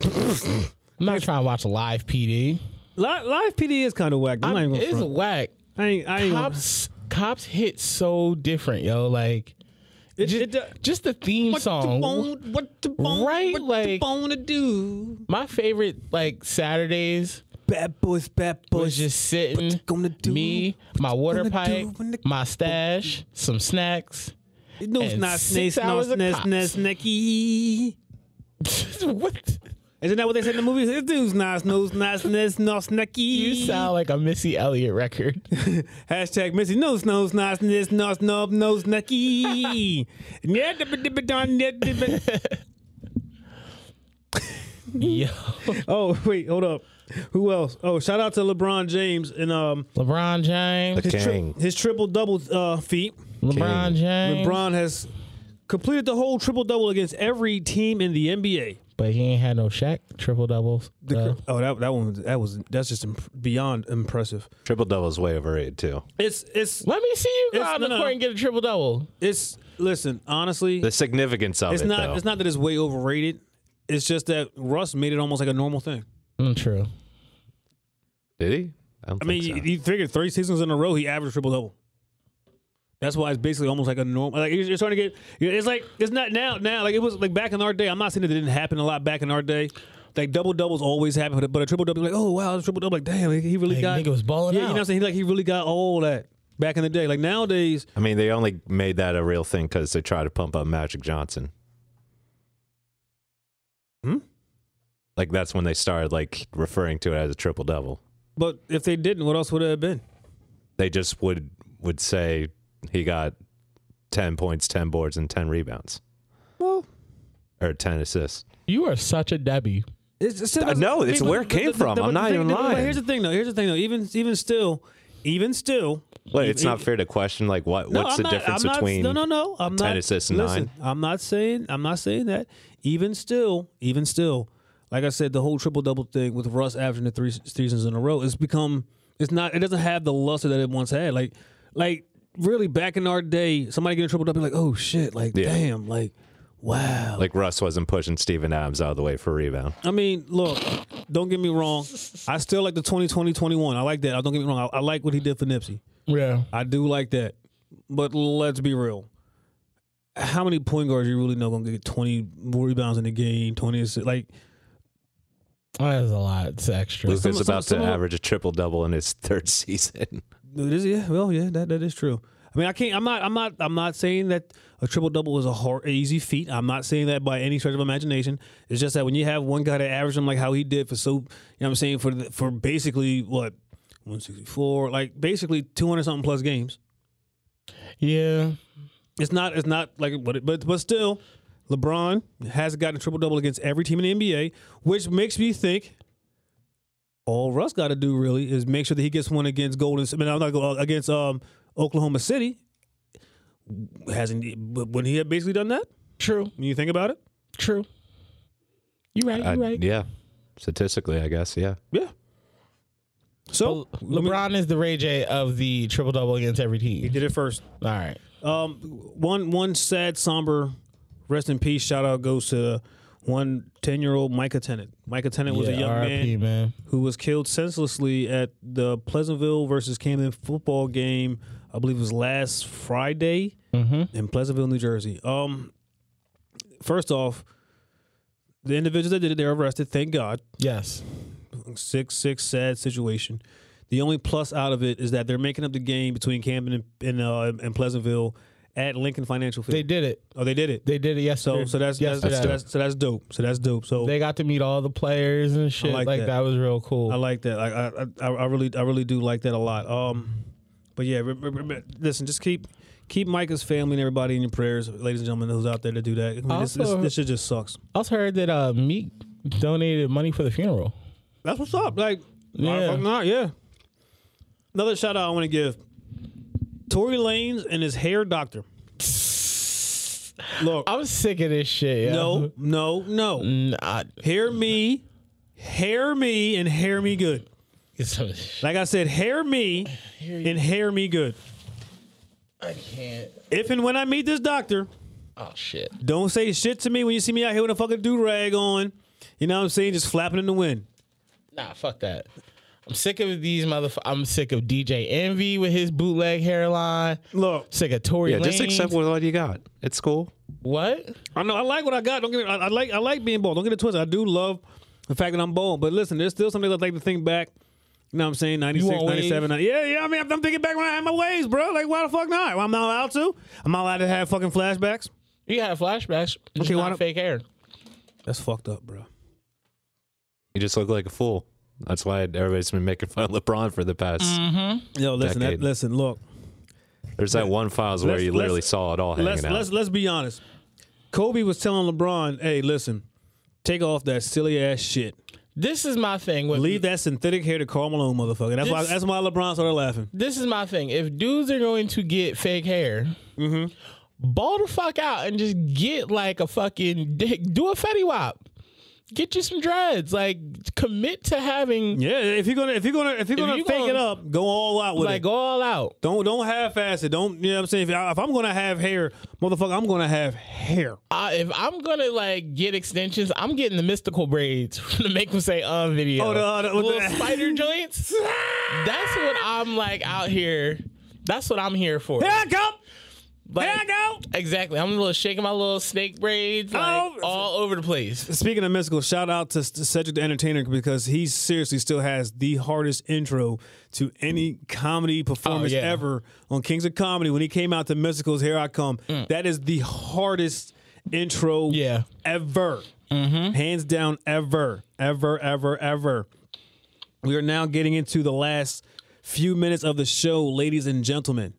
[SPEAKER 3] I'm not trying to watch live PD.
[SPEAKER 2] Live, live PD is kind of whack. I'm, not
[SPEAKER 3] I'm-
[SPEAKER 2] even
[SPEAKER 3] it's
[SPEAKER 2] gonna front.
[SPEAKER 3] whack.
[SPEAKER 2] I ain't. I ain't gonna-
[SPEAKER 3] cops cops hit so different, yo. Like
[SPEAKER 2] It-
[SPEAKER 3] ju-
[SPEAKER 2] it do-
[SPEAKER 3] just the theme
[SPEAKER 2] What the
[SPEAKER 3] uh, song.
[SPEAKER 2] bone? What the bone?
[SPEAKER 3] Right,
[SPEAKER 2] What the
[SPEAKER 3] like-
[SPEAKER 2] bone to do?
[SPEAKER 3] My favorite like Saturdays
[SPEAKER 2] Bad boys, bad boys.
[SPEAKER 3] was just
[SPEAKER 2] what you
[SPEAKER 3] sitting
[SPEAKER 2] gonna do?
[SPEAKER 3] me, my water
[SPEAKER 2] gonna
[SPEAKER 3] pipe,
[SPEAKER 2] do when the-
[SPEAKER 3] my stash, some snacks.
[SPEAKER 2] no,
[SPEAKER 3] and
[SPEAKER 2] not
[SPEAKER 3] six
[SPEAKER 2] snakes, no,
[SPEAKER 3] hours of
[SPEAKER 2] snakes,
[SPEAKER 3] cops.
[SPEAKER 2] snakes, Nicky.
[SPEAKER 3] what?
[SPEAKER 2] Isn't that what they said in the movie? This dude's nice, no, nice, nice, no, snacky.
[SPEAKER 3] You sound like a Missy Elliott record.
[SPEAKER 2] Hashtag Missy no snow snots no snow snow no snucky. Yeah, dibba, dibba, don, yeah, dibba.
[SPEAKER 3] Yo,
[SPEAKER 2] Oh wait, hold up. Who else? Oh, shout out to LeBron James and um
[SPEAKER 3] LeBron James.
[SPEAKER 2] his, tri-
[SPEAKER 4] King.
[SPEAKER 2] his triple double uh, feat.
[SPEAKER 3] LeBron James.
[SPEAKER 2] LeBron has completed the whole triple double against every team in the NBA.
[SPEAKER 3] But he ain't had no Shaq triple doubles.
[SPEAKER 2] The
[SPEAKER 3] so.
[SPEAKER 2] cr- oh, that that one was- that was that's just imp- beyond impressive.
[SPEAKER 4] Triple double is way overrated too.
[SPEAKER 2] It's it's
[SPEAKER 3] Let me see you go
[SPEAKER 2] It's-
[SPEAKER 3] out
[SPEAKER 2] no,
[SPEAKER 3] on the
[SPEAKER 2] no.
[SPEAKER 3] court and get a triple double.
[SPEAKER 2] it's listen honestly,
[SPEAKER 4] The significance of
[SPEAKER 2] it's
[SPEAKER 4] it
[SPEAKER 2] not
[SPEAKER 4] though.
[SPEAKER 2] it's not that it's way overrated. It's just that Russ made it almost like a normal thing.
[SPEAKER 3] Mm, true.
[SPEAKER 4] Did he? I, don't
[SPEAKER 2] I mean,
[SPEAKER 4] think
[SPEAKER 2] you
[SPEAKER 4] so.
[SPEAKER 2] he figured three seasons in a row he averaged triple double. That's why it's basically almost like a normal. Like you're, you're trying to get. you- It's like it's not now. Now, like it was like back in our day. I'm not saying that it didn't happen a lot back in our day. Like double doubles always happen, but a, but a triple double, like oh wow, it's triple double. Like damn, like, he really
[SPEAKER 3] Like,
[SPEAKER 2] got.
[SPEAKER 3] nigga was balling
[SPEAKER 2] yeah, you know
[SPEAKER 3] out.
[SPEAKER 2] what I'm saying. He like he really got all that back in the day. Like nowadays,
[SPEAKER 4] I mean, they only made that a real thing because they tried to pump up Magic Johnson.
[SPEAKER 2] Hmm?
[SPEAKER 4] Like that's when they started like referring to it as a triple double.
[SPEAKER 2] but if they didn't, what else would it have been?
[SPEAKER 4] They just would would say he got ten points, ten boards, and ten rebounds. Well, or ten assists.
[SPEAKER 3] You are such a Debbie.
[SPEAKER 2] It's, it's still
[SPEAKER 4] I know, it's where it
[SPEAKER 2] but- but-
[SPEAKER 4] came
[SPEAKER 2] but-
[SPEAKER 4] from.
[SPEAKER 2] but
[SPEAKER 4] I'm
[SPEAKER 2] the
[SPEAKER 4] not
[SPEAKER 2] thing-
[SPEAKER 4] even
[SPEAKER 2] but
[SPEAKER 4] lying.
[SPEAKER 2] Here's the thing, though. Here's the thing, though. Even even still, even still,
[SPEAKER 4] Wait, it's
[SPEAKER 2] e-
[SPEAKER 4] not
[SPEAKER 2] e-
[SPEAKER 4] fair to question like what
[SPEAKER 2] No,
[SPEAKER 4] what's the
[SPEAKER 2] I'm not-
[SPEAKER 4] difference
[SPEAKER 2] I'm not-
[SPEAKER 4] between
[SPEAKER 2] no, no, no. I'm not,
[SPEAKER 4] 10 assists and
[SPEAKER 2] listen, I'm not saying I'm not saying that. Even still, even still, like I said, the whole triple double thing with Russ averaging the three seasons in a row, it's become it's not it doesn't have the luster that it once had. Like like really back in our day, somebody getting a triple double, be like oh shit, like
[SPEAKER 4] Yeah.
[SPEAKER 2] damn, like wow.
[SPEAKER 4] like Russ wasn't pushing Steven Adams out of the way for rebound.
[SPEAKER 2] I mean, look, don't get me wrong. I still like the 2020-21. I like that. I don't get me wrong. I, I like what he did for Nipsey.
[SPEAKER 3] Yeah.
[SPEAKER 2] I do like that. But let's be real. How many point guards you really know gonna get twenty rebounds in a game? Twenty assists? Like
[SPEAKER 3] That is a lot. It's extra.
[SPEAKER 4] Luke is
[SPEAKER 2] some-
[SPEAKER 4] about
[SPEAKER 2] some
[SPEAKER 4] to
[SPEAKER 2] of-
[SPEAKER 4] average a triple double in his third season.
[SPEAKER 2] it is, yeah. Well, yeah, that, that is true. I mean, I can't. I'm not. I'm not. I'm not saying that a triple double is a hard, easy feat. I'm not saying that by any stretch of imagination. It's just that when you have one guy that averaged them like how he did for so, you know, what I'm saying for the, for basically what 164, like basically 200 something plus games.
[SPEAKER 3] Yeah.
[SPEAKER 2] It's not. It's not like. But it- but but still, LeBron has gotten a triple double against every team in the NBA, which makes me think. All Russ got to do really is make sure that he gets one against Golden. I mean, I'm not going against um, Oklahoma City. Hasn't he- but wouldn't he have basically done that?
[SPEAKER 3] True.
[SPEAKER 2] When you think about it,
[SPEAKER 3] True. You right. You
[SPEAKER 4] I-
[SPEAKER 3] right.
[SPEAKER 4] Yeah, statistically, I guess. Yeah,
[SPEAKER 2] yeah. So let me-
[SPEAKER 3] LeBron is the Ray J of the triple double against every team.
[SPEAKER 2] he did it first.
[SPEAKER 3] All right.
[SPEAKER 2] Um, one one sad, somber, rest in peace. Shout out goes to one 10 year old Micah Tennant. Micah Tennant was a young man
[SPEAKER 3] RIP, man.
[SPEAKER 2] who was killed senselessly at the Pleasantville versus Camden football game. I believe it was last Friday
[SPEAKER 3] Mm-hmm.
[SPEAKER 2] in Pleasantville, New Jersey. Um, first off, the individuals that did it, they're arrested. Thank God.
[SPEAKER 3] Yes.
[SPEAKER 2] Six six sad situation. The only plus out of it is that they're making up the game between Camden and and, uh, and Pleasantville at Lincoln Financial Field.
[SPEAKER 3] They did it.
[SPEAKER 2] oh, they did it.
[SPEAKER 3] They did it
[SPEAKER 2] so
[SPEAKER 3] yesterday.
[SPEAKER 2] so that's that's,
[SPEAKER 3] yesterday.
[SPEAKER 2] that's, so that's dope. So that's dope. So
[SPEAKER 3] they got to meet all the players and shit.
[SPEAKER 2] like
[SPEAKER 3] Like,
[SPEAKER 2] that.
[SPEAKER 3] that. was real cool.
[SPEAKER 2] I like that. Like, I, I, I really, I really do like that a lot. Um, but yeah, re- re- re- listen, just keep, keep Micah's family and everybody in your prayers, ladies and gentlemen, who's out there to do that. I mean, this, this,
[SPEAKER 3] Also-
[SPEAKER 2] this shit just sucks.
[SPEAKER 3] I also heard that uh, Meek donated money for the funeral.
[SPEAKER 2] That's what's up. Like,
[SPEAKER 3] Yeah.
[SPEAKER 2] yeah, not, yeah. Another shout out I want to give: Tory Lanez and his hair doctor. Look,
[SPEAKER 3] I'm sick of this shit. yo.
[SPEAKER 2] no, no, no.
[SPEAKER 3] Nah,
[SPEAKER 2] Hear me, hear me, and hear me good.
[SPEAKER 3] it's-
[SPEAKER 2] Like I said, hear me and hear me good.
[SPEAKER 3] I can't.
[SPEAKER 2] If and when I meet this doctor,
[SPEAKER 3] Oh shit.
[SPEAKER 2] don't say shit to me when you see me out here with a fucking do rag on. You know what I'm saying? Just flapping in the wind.
[SPEAKER 3] Nah, fuck that. I'm sick of these motherfuckers. I'm sick of DJ Envy with his bootleg hairline.
[SPEAKER 2] Look,
[SPEAKER 3] Sick of Tory.
[SPEAKER 4] yeah. Just
[SPEAKER 3] Lanez.
[SPEAKER 4] accept what what you got. It's cool.
[SPEAKER 3] What?
[SPEAKER 2] I know I like what I got. Don't get me, I, I like I like being bald. Don't get it twisted. I do love the fact that I'm bald. But listen, there's still something I like to think back. You know what I'm saying? 96,
[SPEAKER 3] want
[SPEAKER 2] 97. yeah, yeah. I mean, I'm, I'm thinking back when I had my waves, bro. Like, why the fuck not? Well, I'm not allowed to. I'm not allowed to have fucking flashbacks.
[SPEAKER 3] You have flashbacks.
[SPEAKER 2] Okay,
[SPEAKER 3] Okay,
[SPEAKER 2] why
[SPEAKER 3] why
[SPEAKER 2] don't-
[SPEAKER 3] fake hair?
[SPEAKER 2] That's fucked up, bro.
[SPEAKER 4] You just look like a fool. That's why everybody's been making fun of LeBron for the past.
[SPEAKER 2] Mm-hmm. Yo, listen, that,
[SPEAKER 4] Decade.
[SPEAKER 2] listen, look.
[SPEAKER 4] There's that one files where
[SPEAKER 2] Let's-
[SPEAKER 4] you literally
[SPEAKER 2] let's-
[SPEAKER 4] saw it all hanging
[SPEAKER 2] Let's,
[SPEAKER 4] out.
[SPEAKER 2] let's let's be honest. Kobe was telling LeBron, "Hey, listen, Take off that silly ass shit.
[SPEAKER 3] This is my thing with
[SPEAKER 2] Leave that synthetic hair to Karl Malone, motherfucker. That's why.
[SPEAKER 3] This-
[SPEAKER 2] That's why LeBron started laughing.
[SPEAKER 3] this is my thing. If dudes are going to get fake hair, ball the fuck out and just get like a fucking dick. Do a Fetty Wap. Get you some dreads. Like commit to having
[SPEAKER 2] Yeah, if you're gonna, if you're gonna, if you're gonna
[SPEAKER 3] you
[SPEAKER 2] fake
[SPEAKER 3] gonna-
[SPEAKER 2] it up, go all out with
[SPEAKER 3] like
[SPEAKER 2] it.
[SPEAKER 3] go all out.
[SPEAKER 2] Don't don't half ass it. Don't you know what I'm saying? If, I, if I'm gonna have hair, motherfucker, I'm gonna have hair.
[SPEAKER 3] I, if I'm gonna like get extensions, I'm getting the mystical braids to make them say "uh" video.
[SPEAKER 2] Oh, the- the- with
[SPEAKER 3] little
[SPEAKER 2] the-
[SPEAKER 3] spider joints. That's what I'm like out here. That's what I'm here for.
[SPEAKER 2] Here I go.
[SPEAKER 3] Like,
[SPEAKER 2] Here I go.
[SPEAKER 3] Exactly. I'm little shaking my little snake braids like,
[SPEAKER 2] Oh.
[SPEAKER 3] all over the place.
[SPEAKER 2] Speaking of mystical, shout out to Cedric the Entertainer because he seriously still has the hardest intro to any comedy performance
[SPEAKER 3] yeah.
[SPEAKER 2] ever on Kings of Comedy. When he came out to Mysticals, Here I Come, that is the hardest intro
[SPEAKER 3] Mm. Yeah. Mm-hmm.
[SPEAKER 2] ever. Hands down, ever, ever, ever, ever. We are now getting into the last few minutes of the show, ladies and gentlemen.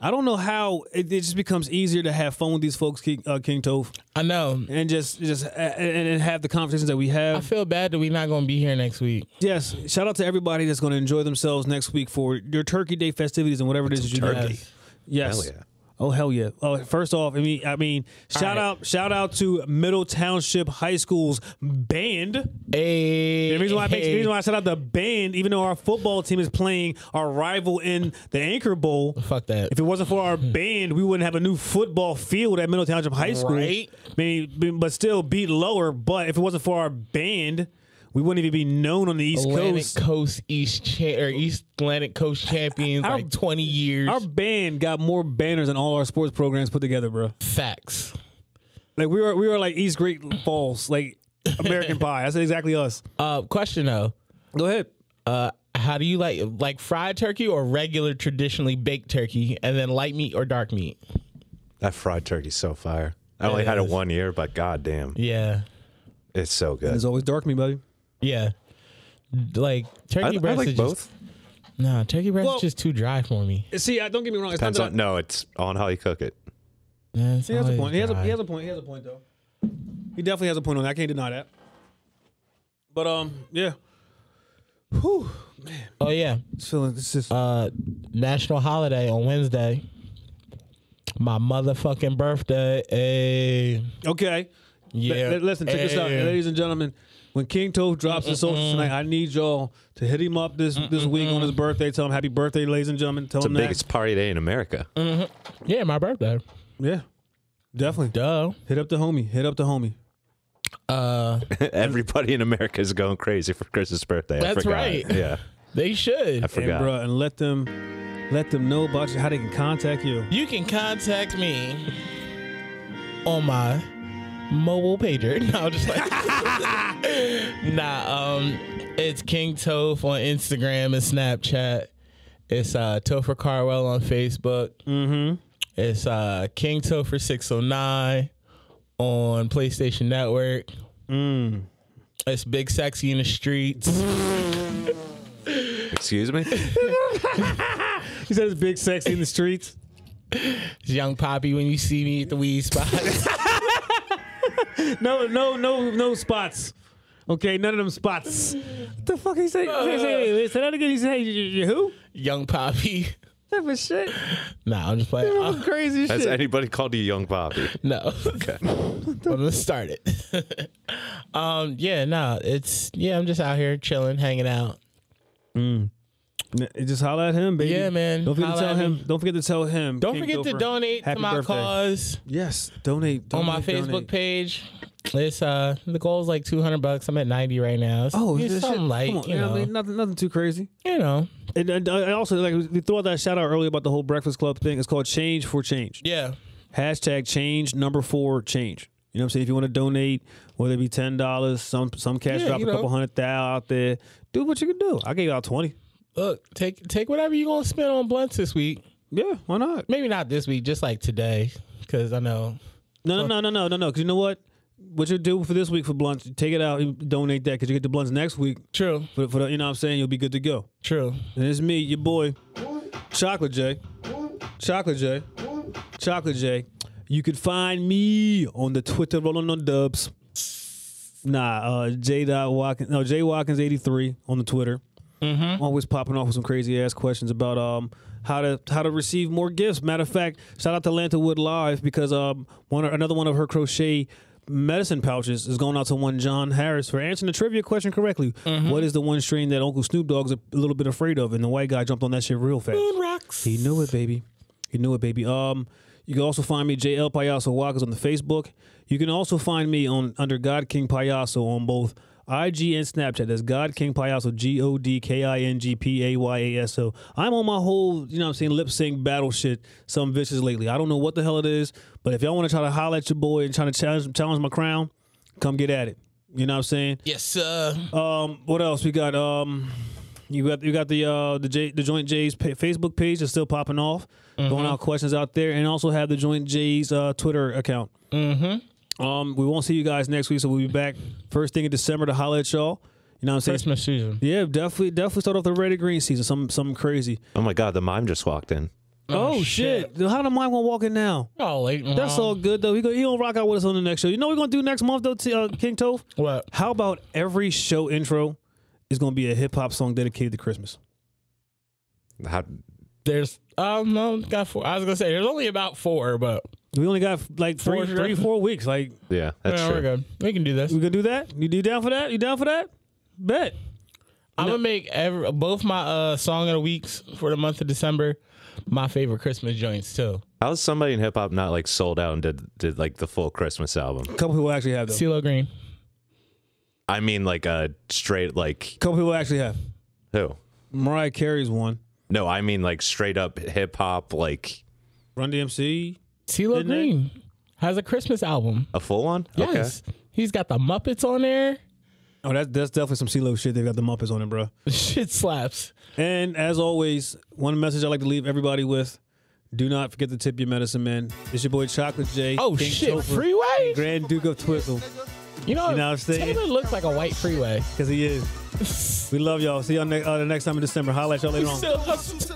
[SPEAKER 2] I don't know how it, it just becomes easier to have fun with these folks, King, uh, King Tove
[SPEAKER 3] I know.
[SPEAKER 2] and just just and, and have the conversations that we
[SPEAKER 3] I
[SPEAKER 2] have.
[SPEAKER 3] feel bad that we're not gonna be here next week.
[SPEAKER 2] Yes, shout out to everybody that's going to enjoy themselves next week for your Turkey Day festivities and whatever it is that you
[SPEAKER 4] turkey.
[SPEAKER 2] do. Yes.
[SPEAKER 4] Hell yeah.
[SPEAKER 2] Oh hell yeah! Oh, first off, I mean, I mean, shout
[SPEAKER 3] right.
[SPEAKER 2] out, shout out to Middle Township High School's band.
[SPEAKER 3] Hey,
[SPEAKER 2] The reason why I, make, the reason why I shout out the band, even though our football team is playing our rival in the Anchor Bowl,
[SPEAKER 3] fuck that.
[SPEAKER 2] if it wasn't for
[SPEAKER 3] Hmm.
[SPEAKER 2] our band, we wouldn't have a new football field at Middle Township High School.
[SPEAKER 3] Right.
[SPEAKER 2] Maybe, but still beat lower. But if it wasn't for our band, we wouldn't even be known on the East
[SPEAKER 3] Atlantic
[SPEAKER 2] Coast.
[SPEAKER 3] Coast, East cha- or East Atlantic Coast champions
[SPEAKER 2] Our-
[SPEAKER 3] like 20 years.
[SPEAKER 2] Our band got more banners than all our sports programs put together, bro.
[SPEAKER 3] Facts.
[SPEAKER 2] Like we were, we were like East Great Falls, like American Pie. That's exactly us.
[SPEAKER 3] Uh, question though.
[SPEAKER 2] Go ahead.
[SPEAKER 3] Uh, how do you like like fried turkey or regular traditionally baked turkey, and then light meat or dark meat?
[SPEAKER 4] That fried turkey's so fire. I only had it one year, but goddamn,
[SPEAKER 3] Yeah,
[SPEAKER 4] it's so good.
[SPEAKER 2] It's always dark, me buddy.
[SPEAKER 3] yeah. Like
[SPEAKER 4] I, I
[SPEAKER 3] turkey breast
[SPEAKER 4] like
[SPEAKER 3] is
[SPEAKER 4] both.
[SPEAKER 3] Just, nah, turkey breast
[SPEAKER 2] Well-
[SPEAKER 3] is just too dry for me.
[SPEAKER 2] See, I, don't get me wrong. It's not
[SPEAKER 4] Depends
[SPEAKER 2] that I-
[SPEAKER 4] on no, it's on how you cook it.
[SPEAKER 3] Yeah, it's
[SPEAKER 2] he has a
[SPEAKER 3] always
[SPEAKER 2] point. He has a,
[SPEAKER 3] dry.
[SPEAKER 2] he has a point. He has a point though. He definitely has a point on that. I can't deny that. But um, yeah. Whew.
[SPEAKER 3] oh yeah,
[SPEAKER 2] It's feeling it's just
[SPEAKER 3] uh, national holiday on Wednesday. My motherfucking birthday. Hey.
[SPEAKER 2] okay. L-
[SPEAKER 3] Yeah.
[SPEAKER 2] l- listen, check this out,
[SPEAKER 3] Hey.
[SPEAKER 2] ladies and gentlemen. When King Tove drops his social tonight, I need y'all to hit him up this this week on his birthday. Tell him happy birthday, ladies and gentlemen. Tell
[SPEAKER 4] It's the
[SPEAKER 2] him that. Mm-hmm.
[SPEAKER 4] biggest party day in America.
[SPEAKER 3] Yeah, my birthday.
[SPEAKER 2] Yeah, definitely.
[SPEAKER 3] Duh.
[SPEAKER 2] Hit up the homie. Hit up the homie.
[SPEAKER 3] Uh,
[SPEAKER 4] Everybody in America is going crazy for Chris's birthday. I
[SPEAKER 3] That's
[SPEAKER 4] forgot.
[SPEAKER 3] right.
[SPEAKER 4] Yeah,
[SPEAKER 3] they should.
[SPEAKER 4] I
[SPEAKER 2] And
[SPEAKER 4] forgot.
[SPEAKER 2] bruh, and let them let them know about you, how they can contact you.
[SPEAKER 3] You can contact me on my mobile pager. No, I'm just like Nah, um it's King Toph on Instagram and Snapchat. It's uh Topher Carwell on Facebook. Mm-hmm. It's uh King Topher 609 on PlayStation Network. Mm. It's Big Sexy in the Streets.
[SPEAKER 4] Excuse me.
[SPEAKER 2] He says big sexy in the streets.
[SPEAKER 3] It's Young Poppy when you see me at the weed spot.
[SPEAKER 2] No, no, no, no spots. Okay, none of them spots. What the fuck he say? say, say, say that again. He say, you, you who?
[SPEAKER 3] Young Poppy.
[SPEAKER 2] That was shit.
[SPEAKER 3] Nah, I'm just playing.
[SPEAKER 2] Some crazy
[SPEAKER 4] Has
[SPEAKER 2] shit.
[SPEAKER 4] anybody called you Young Bobby?
[SPEAKER 3] No. Okay. but let's start it. um, yeah, no, it's yeah, I'm just out here chilling, hanging out.
[SPEAKER 2] N- Just holler at him, baby.
[SPEAKER 3] Yeah, man.
[SPEAKER 2] Don't forget
[SPEAKER 3] Holla
[SPEAKER 2] to tell
[SPEAKER 3] at
[SPEAKER 2] him.
[SPEAKER 3] me.
[SPEAKER 2] Don't forget to tell him.
[SPEAKER 3] Don't
[SPEAKER 2] King
[SPEAKER 3] forget to
[SPEAKER 2] Gopher,
[SPEAKER 3] donate
[SPEAKER 2] happy
[SPEAKER 3] to my
[SPEAKER 2] birthday.
[SPEAKER 3] cause
[SPEAKER 2] Yes, donate,
[SPEAKER 3] on
[SPEAKER 2] donate
[SPEAKER 3] my Facebook
[SPEAKER 2] donate.
[SPEAKER 3] page. It's uh the goal is like two hundred bucks. I'm at ninety right now. It's,
[SPEAKER 2] Oh,
[SPEAKER 3] it's
[SPEAKER 2] shit.
[SPEAKER 3] something like
[SPEAKER 2] Come on,
[SPEAKER 3] you
[SPEAKER 2] yeah, I
[SPEAKER 3] know,
[SPEAKER 2] mean, nothing, nothing too crazy.
[SPEAKER 3] you know,
[SPEAKER 2] And, and I also like we threw out that shout out earlier about the whole Breakfast Club thing. It's called Change for Change.
[SPEAKER 3] yeah.
[SPEAKER 2] hashtag change number four change. You know what I'm saying? If you want to donate, whether it be ten dollars, some some cash
[SPEAKER 3] Yeah,
[SPEAKER 2] drop
[SPEAKER 3] you
[SPEAKER 2] a couple
[SPEAKER 3] know.
[SPEAKER 2] hundred thou out there, do what you can do. I gave out twenty.
[SPEAKER 3] Look, take take whatever you gonna spend on blunts this week.
[SPEAKER 2] Yeah, why not?
[SPEAKER 3] Maybe not this week, just like today, because I know.
[SPEAKER 2] No, no, no, no, no, no, no. Because you know what? What you do for this week for blunts, you take it out, and donate that because you get the blunts next week.
[SPEAKER 3] True,
[SPEAKER 2] For, for the, you know what I'm saying? You'll be good to go.
[SPEAKER 3] true.
[SPEAKER 2] And it's me, your boy, Chocolate J. Chocolate J. Chocolate J. You can find me on the Twitter rolling on dubs. Nah, uh, J. Dot Watkins. No, J. Watkins eighty three on the Twitter. Mm-hmm. Always popping off with some crazy ass questions about um how to how to receive more gifts. Matter of fact, shout out to Lanta Wood Live because um one another one of her crochet medicine pouches is going out to one John Harris for answering the trivia question correctly. What is the one strain that Uncle Snoop Dogg's a little bit afraid of? And the white guy jumped on that shit real fast.
[SPEAKER 3] Rocks.
[SPEAKER 2] He knew it, baby. He knew it, baby. Um, you can also find me JL Payaso Walkers on the Facebook. You can also find me on under God King Payaso on both IG and Snapchat. That's God King Payaso, G O D K I N G P A Y A S O. I'm on my whole, you know what I'm saying, lip sync battle shit, some vicious lately. I don't know what the hell it is, but if y'all want to try to holler at your boy and try to challenge, challenge my crown, come get at it. You know what I'm saying?
[SPEAKER 3] Yes, sir.
[SPEAKER 2] Um, what else we got? Um, you got you got the uh the J, the Joint J's pa- Facebook page is still popping off, going out questions out there, and also have the Joint J's uh, Twitter account. Mm-hmm. Um, we won't see you guys next week, so we'll be back first thing in December to holler at y'all. You know what I'm saying?
[SPEAKER 3] Christmas season.
[SPEAKER 2] Yeah, definitely, definitely start off the red and green season. Some, something crazy.
[SPEAKER 4] Oh my God, the mime just walked in.
[SPEAKER 2] Oh, shit! Um, How the mind gonna walk in now?
[SPEAKER 3] Oh, late. and
[SPEAKER 2] That's
[SPEAKER 3] wrong.
[SPEAKER 2] all good though. He go, he gonna rock out with us on the next show. You know what we're gonna do next month though, t- uh, King Tove.
[SPEAKER 3] What?
[SPEAKER 2] How about every show intro is gonna be a hip hop song dedicated to Christmas?
[SPEAKER 4] How,
[SPEAKER 3] There's. Um. No. Got four. I was gonna say there's only about four, but
[SPEAKER 2] We only got like three,
[SPEAKER 3] Four
[SPEAKER 2] three,
[SPEAKER 3] sure.
[SPEAKER 2] four weeks. Like,
[SPEAKER 4] yeah, that's
[SPEAKER 3] yeah,
[SPEAKER 4] true.
[SPEAKER 3] we're good. We can do this.
[SPEAKER 2] we gonna do that? You, you down for that? You down for that? Bet.
[SPEAKER 3] I'm gonna make every, both my uh song of the weeks for the month of December my favorite Christmas joints too.
[SPEAKER 4] How's somebody in hip hop not like sold out and did did like the full Christmas album?
[SPEAKER 2] A couple people actually have though.
[SPEAKER 3] CeeLo Green.
[SPEAKER 4] I mean, like a straight like
[SPEAKER 2] couple people actually have.
[SPEAKER 4] who?
[SPEAKER 2] Mariah Carey's one.
[SPEAKER 4] No, I mean like straight up hip hop, like
[SPEAKER 2] Run DMC.
[SPEAKER 3] CeeLo
[SPEAKER 2] Didn't they?
[SPEAKER 3] Green has a Christmas album.
[SPEAKER 4] a full one.
[SPEAKER 3] Yes. He's got the Muppets on there.
[SPEAKER 2] Oh, that's that's definitely some CeeLo shit. They've got the Muppets on it, bro.
[SPEAKER 3] Shit slaps.
[SPEAKER 2] And as always, one message I like to leave everybody with: Do not forget to tip your medicine man. It's your boy Chocolate J.
[SPEAKER 3] Oh
[SPEAKER 2] King
[SPEAKER 3] shit,
[SPEAKER 2] Topher,
[SPEAKER 3] freeway.
[SPEAKER 2] Grand Duke of Twizzle,
[SPEAKER 3] You know,
[SPEAKER 2] You know what I'm saying?
[SPEAKER 3] Taylor looks like a white freeway.
[SPEAKER 2] because he is. We love y'all. See y'all ne- uh, the next time in December. Holla at y'all later on.
[SPEAKER 3] Still hustling.